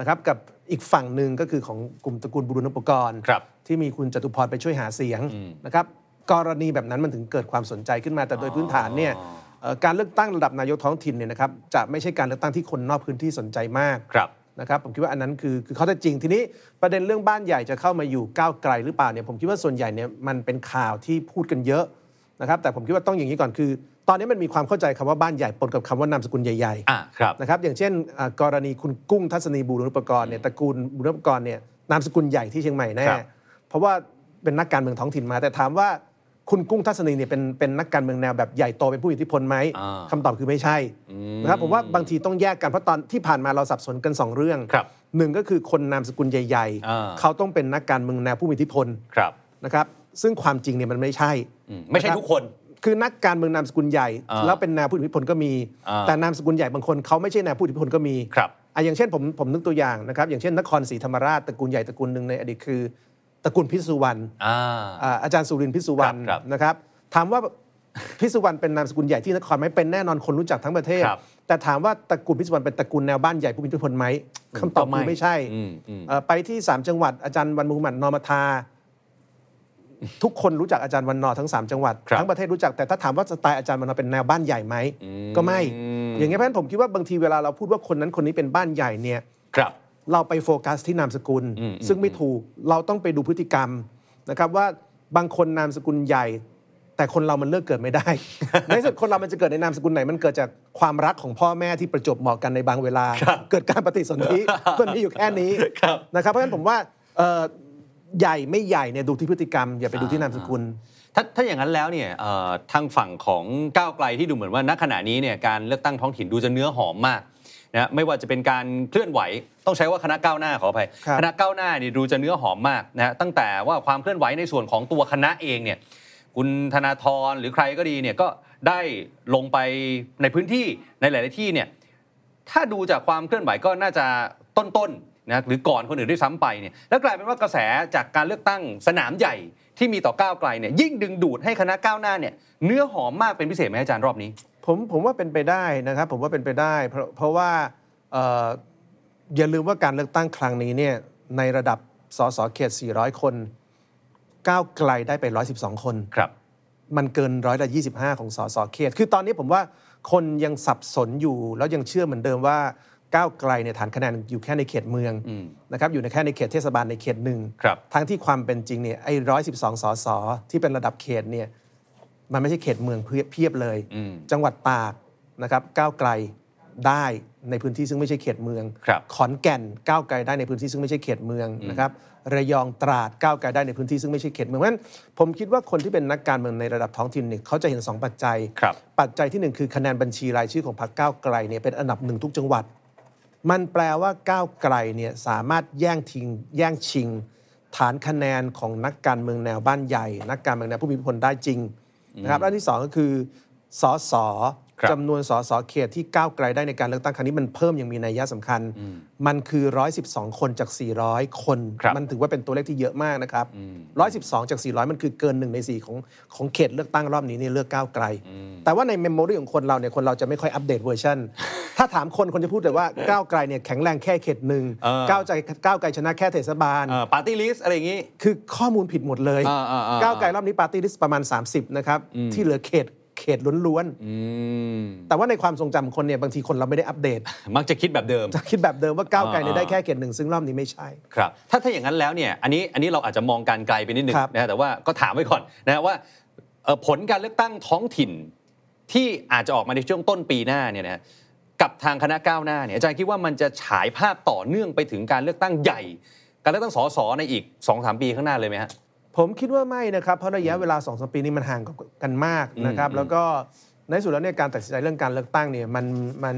B: นะครับกับอีกฝั่งหนึ่งก็คือของกลุ่มตระกูลบุรุณุปกรณ์
A: ครับ
B: ที่มีคุณจตุพรไปช่วยหาเสียงนะครับกรณีแบบนั้นมันถึงเกิดความสนใจขึ้นมาแต่โดยพื้นฐานเนี่ยเอ่อการเลือกตั้งระดับนายกท้องถิ่นเนี่ยนะครับจะไม่ใช่การเลือกตั้งที่คนนอกพื้นที่สนใจมาก
A: ครับ
B: นะครับผมคิดว่าอันนั้นคือคือข้อเท็จจริงทีนี้ประเด็นเรื่องบ้านใหญ่จะเข้ามาอยู่ก้าวไกลหรือเปล่าเนี่ยผมคิดว่าส่วนใหญ่เนี่ยมันเป็นข่าวที่พูดกันเยอะนะครับแต่ผมคิดว่าต้องอย่างนี้ก่อนคือ ตอนนี้มันมีความเข้าใจคำว่าบ้านใหญ่ปนกับคำว่านามสกุลใหญ่ๆ
A: อ่าครับ
B: นะครับอย่างเช่นอ่ากรณีคุณกุ้งทัศนีบูรณุปกรณ์เนี่ยตระกูลบูรณุปกรณ์เนี่ยนามสกุลใหญ่ที่เชียงใหม่แน่
A: ครับ
B: เพราะว่าเป็นนักการเมืองท้องถิ่นมา แต่ถามว่าคุณกุ้งทัศนีเนี่ยเป็นเป็นนักการเมืองแนวแบบใหญ่โตเป็นผู้อิทธิพลไหม
A: อ่า
B: คำตอบคือไม่ใช่นะครับผมว่าบางทีต้องแยกกันเพราะตอนที่ผ่านมาเราสับสนกันสองเรื่อง
A: ครับ
B: หนึ่งก็คือคนนามสกุลใหญ่
A: อ่า
B: เขาต้องเป็นนักการเมืองแนวผู้มีอิทธิพล
A: ครับ
B: นะครับซึ่งความจริงเนี่ยมันไม่ใช่
A: อืมไม่ใช่ทุกคน
B: คือนักการเมืองนามสกุลใหญ่
A: อ่า
B: แล้วเป็นนามผู้อิทธิพลก็มี
A: อ่า
B: แต่นามสกุลใหญ่บางคนเขาไม่ใช่นามผู้อิทธิพลก็มี
A: ครับ
B: อ่ะอย่างเช่นผมผมนึกตัวอย่างนะครับอย่างเช่นนครศรีธรรมราชตระกูลใหญ่ตระกูลหนึ่งในอดีตคือตระกูลพิสุวรรณ
A: อ่า
B: อ่าอาจารย์สุรินทร์พิสุวรรณ
A: ครับครับ
B: นะครับถามว่า พิสุวรรณเป็นนามสกุลใหญ่ที่นครไหมเป็นแน่นอนคนรู้จักทั้งประเทศ
A: ครับ
B: แต่ถามว่าตระกูลพิสุวรรณเป็นตระกูลแนวบ้านใหญ่ผู้มีอิทธิพลไหมคำตอบคือไม่ใช่
A: อืมอืม
B: เอ่อไปที่ 3 จังหวัดอาจารย์วันมูฮัมหมัดนอมทา ทุกคนรู้จักอาจารย์วันนอทั้ง 3 จังหวัด
A: ครับ
B: ทั้งประเทศรู้จักแต่ถ้าถามว่าสไตล์อาจารย์วันนอเป็นแนวบ้านใหญ่ไหม ก็ไม่
A: อืม
B: อย่างเงี้ยเพราะฉะนั้นผมคิดว่าบางทีเวลาเราพูดว่าคนนั้นคนนี้เป็นบ้านใหญ่เนี่ย
A: ครับ
B: เราไปโฟกัสที่นามสกุล
A: อืม
B: ซึ่งไม่ถูกเราต้องไปดูพฤติกรรมนะครับว่าบางคนนามสกุลใหญ่ แต่คนเรามันเลือกเกิดไม่ได้ ในที่สุดคนเรามันจะเกิดในนามสกุลไหน มันเกิดจากความรักของพ่อแม่ที่ประจวบเหมาะกันในบางเวลา
A: ครับ
B: เกิดการปฏิสน ธิ มันมีอยู่แค่นี้
A: ครับ
B: นะครับเพราะฉะนั้นผมว่าเอ่อใหญ่ไม่ใหญ่เนี่ยดูที่พฤติกรรม อย่าไปดูที่นามสกุล
A: ถ้าถ้าอย่างนั้นแล้วเนี่ยเอ่อทางฝั่งของก้าวไกลที่ดูเหมือนว่าณขณะนี้เนี่ยการเลือกตั้งท้องถิ่นดูจะเนื้อหอมมากนะไม่ว่าจะเป็นการเคลื่อนไหว ต้องใช้ว่าคณะก้าวหน้าขออภัย
B: ครับ
A: คณะก้าวหน้าเนี่ยดูจะเนื้อหอมมากนะฮะตั้งแต่ว่าความเคลื่อนไหวในส่วนของตัวคณะเองเนี่ย คุณธนาธรหรือใครก็ดีเนี่ยก็ได้ลงไปในพื้นที่ในหลาย ๆ ที่เนี่ย ถ้าดูจากความเคลื่อนไหวก็น่าจะต้นๆนะหรือก่อนคนอื่นด้วยซ้ำไปเนี่ยแล้วกลายเป็นว่ากระแสจากการเลือกตั้งสนามใหญ่ที่มีต่อก้าวไกลเนี่ยยิ่งดึงดูดให้คณะก้าวหน้าเนี่ยเนื้อหอมมากเป็นพิเศษไหมอาจารย์รอบนี้
B: ผมผมว่าเป็นไปได้นะครับ ผมว่าเป็นไปได้ เพราะเพราะว่าเอ่ออย่าลืมว่าการเลือกตั้งครั้งนี้เนี่ยในระดับสสเขต 400 คนก้าวไกลได้ไป 112 คน
A: ครับ
B: มันเกินร้อยละ25 ของสสเขต คือตอนนี้ผมว่าคนยังสับสนอยู่ แล้วยังเชื่อเหมือนเดิมว่าก้าวไกลเนี่ยฐานคะแนนอยู่แค่ในเขตเมือง
A: อืม
B: นะครับอยู่ในแค่ในเขตเทศบาลในเขตหนึ่ง
A: ครับ
B: ทั้งที่ความเป็นจริงเนี่ยไอ้ร้อยสิบสองสสที่เป็นระดับเขตเนี่ยมันไม่ใช่เขตเมืองเพียเพียบเลย
A: อืม
B: จังหวัดตากนะครับก้าวไกลได้ในพื้นที่ซึ่งไม่ใช่เขตเมือง
A: ครับ
B: ขอนแก่นก้าวไกลได้ในพื้นที่ซึ่งไม่ใช่เขตเมืองนะครับระยองตราดก้าวไกลได้ในพื้นที่ซึ่งไม่ใช่เขตเมืองเพราะฉะนั้นผมคิดว่าคนที่เป็นนักการเมืองในระดับท้องถิ่นเนี่ยเขาจะเห็นสองปัจจัย
A: ครับ
B: ปัจจัยที่หนึ่งคือคะแนนบัญชีรายชื่อของพรรคก้าวไกลเนี่ยเป็นอันดับหนึ่งทุกจังหวัด มันแปลว่าก้าวไกลเนี่ยสามารถแย่งทิงแย่งชิง ฐานคะแนนของนักการเมืองแนวบ้านใหญ่ นักการเมืองแนวผู้มีอิทธิพลได้จริงนะครับและที่สองก็คือสอสอ
A: ครับ
B: จำนวนสอสอเขตที่ก้าวไกลได้ในการเลือกตั้งครั้งนี้มันเพิ่มอย่างมีนัยยะสำคัญ มันคือ 112 คนจาก 400 คน
A: ครับ
B: มันถือว่าเป็นตัวเลขที่เยอะมากนะครับ 112 จาก 400 มันคือเกินหนึ่งใน4ของของเขตเลือกตั้งรอบนี้เนี่ยเลือกก้าวไกล แต่ว่าในเมมโมรีของคนเราเนี่ยคนเราจะไม่ค่อยอัปเดตเวอร์ชั น ถ้าถามคนคนจะพูดแต่ว่าก้าวไกลเนี่ยแข็งแรงแค่เขตหนึ่ง
A: เออ
B: ก้าวใจก้าวไกลชนะแค่เทศบาล
A: ปาร์ตี้ลิสอะไรอย่างนี้
B: คือข้อมูลผิดหมดเลย
A: อ่าๆๆ
B: ก้าวไกลรอบนี้ปาร์ตี้ลิสต์ประมาณ 30 นะครับ ที่เหลือเขตเข ตล้วน
A: อืม
B: ๆ แต่ว่าในความทรงจำของคนเนี่ยบางทีคนเราไม่ได้อัปเดต
A: มักจะคิดแบบเดิม
B: จะคิดแบบเดิมว่าก้าวไกลเนี่ย
A: อ่า
B: ได้แค่เขตหนึ่งซึ่งรอบนี้ไม่ใช่
A: ครับถ้าถ้าอย่างนั้นแล้วเนี่ยอันนี้อันนี้เราอาจจะมองการไกลไปนิดหนึ่ง
B: ครับ
A: นะฮะแต่ว่าก็ถามไว้ก่อนนะฮะว่าเอ่อผลการเลือกตั้งท้องถิ่น ที่อาจจะออกมาในช่วงต้นปีหน้าเนี่ยนะฮะกับทางคณะก้าวหน้าเนี่ยอาจารย์คิดว่ามันจะฉายภาพต่อเนื่องไปถึงการเลือกตั้งใหญ่ การเลือกตั้งสสในอีก2อสปีข้างหน้าเลยไหมฮะ
B: ผมคิดว่าไม่นะครับ เพราะระยะเวลา2อสปีนี้มันห่างกันมากนะครับ
A: อืม
B: แล้วก็ในที่สุดแล้วเนี่ยการตัดสินใจเรื่องการเลือกตั้งเนี่ยมันมัน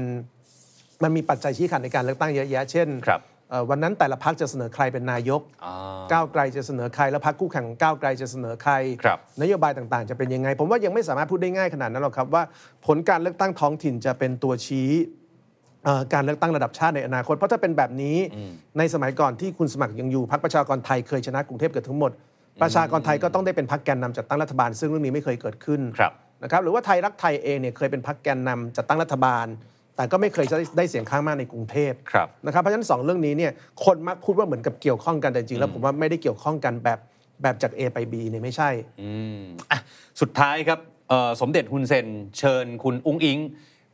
B: มันมีปัจจัยชี้ขาดในการเลือกตั้งเยอะแยะเช่น
A: ครับ
B: เอ่อวันนั้นแต่ละพักจะเสนอใครเป็นนายก
A: อ่
B: ก้าวไกลจะเสนอใครแล้วพักคู่แข่งของก้าวไกลจะเสนอใคร
A: ครับ
B: นโยบายต่างๆ จะเป็นยังไง ผมว่ายังไม่สามารถพูดได้ง่ายขนาดนั้นหรอกครับว่าผลการเลือกตั้งท้องถิ่นจะเป็นตัวชี้เอ่อการเลือกตั้งระดับชาติในอนาคต เพราะถ้าเป็นแบบนี้ในสมัยก่อนที่คุณสมัครยังอยู่พักประชากรไทยเคยชนะกรุงเทพเกือบทั้งหมด ประชากรไทยก็ต้องได้เป็นพักแกนนำจัดตั้งรัฐบาล ซึ่งเรื่องนี้ไม่เคยเกิดขึ้น
A: ครับ
B: นะครับหรือว่าไทยรักไทยเองเนี่ยเคยเป็นพักแกนนำจัดตั้งรัฐบาล แต่ก็ไม่เคยได้เสียงข้างมากในกรุงเทพ
A: ครับ
B: นะครับเพราะฉะนั้นสองเรื่องนี้เนี่ยคนมักพูดว่าเหมือนกับเกี่ยวข้องกันแต่จริงๆแล้วผมว่าไม่ได้เกี่ยวข้องกันแบบแบบจาก A ไป B เนี่ยไม่ใช่
A: อืมอ่ะสุดท้ายครับเอ่อสมเด็จฮุนเซนเชิญคุณอุ้งอิง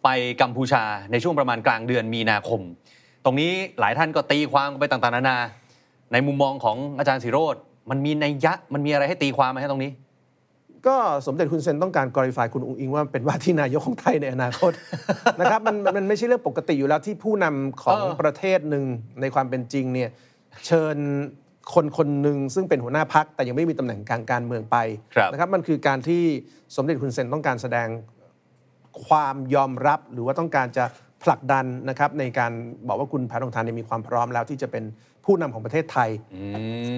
A: ไปกัมพูชาในช่วงประมาณกลางเดือนมีนาคม ตรงนี้หลายท่านก็ตีความกันไปต่างๆนานา ในมุมมองของอาจารย์สิโรธมันมีนัยยะมันมีอะไรให้ตีความไหมฮะตรงนี้
B: ก็สมเด็จคุณเซนต้องการกริฟายคุณอุงอิงว่าเป็นว่าที่นายกของไทยในอนาคต นะครับมันมันมันไม่ใช่เรื่องปกติอยู่แล้วที่ผู้นำของ
A: เออ
B: ประเทศหนึ่งในความเป็นจริงเนี่ยเชิญคนคนหนึ่งซึ่งเป็นหัวหน้าพักแต่ยังไม่มีตำแหน่งทางการเมืองไป
A: ครับ
B: นะครับมันคือการที่สมเด็จคุณเซนต้องการแสดงความยอมรับหรือว่าต้องการจะผลักดันนะครับในการบอกว่าคุณแพทองทานเนยมีความพร้อมแล้วที่จะเป็นผู้นำของประเทศไทย
A: อื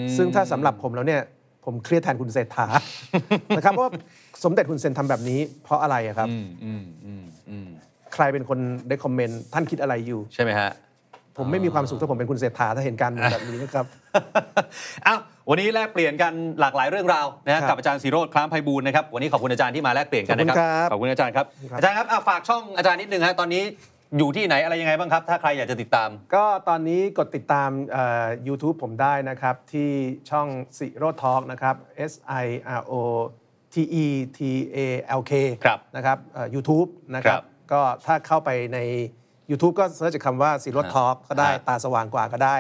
A: ม
B: ซึ่งถ้าสำหรับผมแล้วเนี่ยผมเครียดแทนคุณเศรษฐา นะครับเพราะว่าสมเด็จคุณเซนทำแบบนี้เพราะอะไรอะครับ
A: อืมอืมอืมอืม
B: ใครเป็นคนได้คอมเมนต์ท่านคิดอะไรอยู่
A: ใช่ไหมฮะ
B: ผมไม่มีความสุขถ้าผมเป็นคุณเศรษฐาถ้าเห็นการเมืองแบบนี้นะครับ
A: อ้าววันนี้แลกเปลี่ยนกันหลากหลายเรื่องราวนะฮะ
B: ครับ
A: กับอาจารย์สีโรดคล้ามไพบูลย์นะครับวันนี้ขอบคุณอาจารย์ที่มาแลกเปลี่ยนกันนะครั
B: ขอบคุณครับ
A: ขอบคุณอาจารย์ครับ
B: ครับ
A: อาจารย์ครับอ่ะฝากช่องอาจารย์นิดนึงฮะตอนนี้อยู่ที่ไหนอะไรยังไงบ้างครับ ถ้าใครอยากจะติดตาม
B: ก็ตอนนี้กดติดตามเอ่อ YouTube ผมได้นะครับ ที่ช่องสิโรทอล์กนะครับ S I R O T E T A L K
A: ครับ
B: นะครับยูทูบนะค
A: ค
B: รั
A: รั
B: บบ ก็ถ้าเข้าไปใน YouTube ก็เสิร์ชจากคำว่าสิโรทอล์กก็ได้
A: ฮะ
B: ตาสว่างกว่า ก็ได้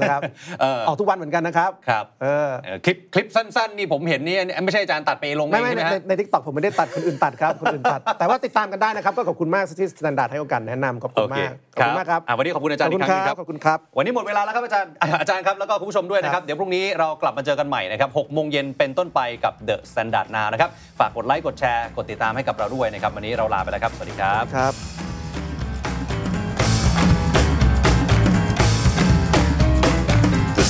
B: นะครับ
A: เออ
B: ออกทุกวันเหมือนกันนะครับ
A: ครับ
B: เออ
A: เอ่อคลิปคลิปสั้นๆนี่ผมเห็นนี่อันนี้ไม่ใช่อาจารย์ตัดไปลงเอ
B: ไม่
A: ง
B: ไม่
A: ใช่ไห
B: ใน
A: มฮะ
B: ในทิกตอกผมไม่ได้ตัดคนอื่นตัดครับคนอื่นตัด แต่ว่าติดตามกันได้นะครับ ก็ขอบคุณมากที่สแตนดาร์ดให้โอกาสแนะนำขอบคุณมากข
A: โอเค
B: อบคุณมากครับ
A: อ่ะวันนี้ขอบคุณอาจารย์
B: ขอบคุณ
A: อีกค
B: ค
A: รั้งหนึ่ง
B: รั
A: ครับ บ
B: ขอบคุณครับ
A: วันนี้หมดเวลาแล้วครับอาจารย์อ่ะอาจารย์ครับแล้วก็คุณผู้ชมด้วยนะค
B: ค
A: รั
B: รับ บ
A: เดี๋ยวพรุ่งนี้เรากลับมาเจอกันใหม่นะครับ6โมงเย็นเป็นต้นไปกับ The Standard Now นะครับฝากกดไลค์กดแชร์กดติดตามให้กับเราด้วยนะครับวันนี้เราลาไปแล้วครับสวัสดีครับ
B: ครับ
C: The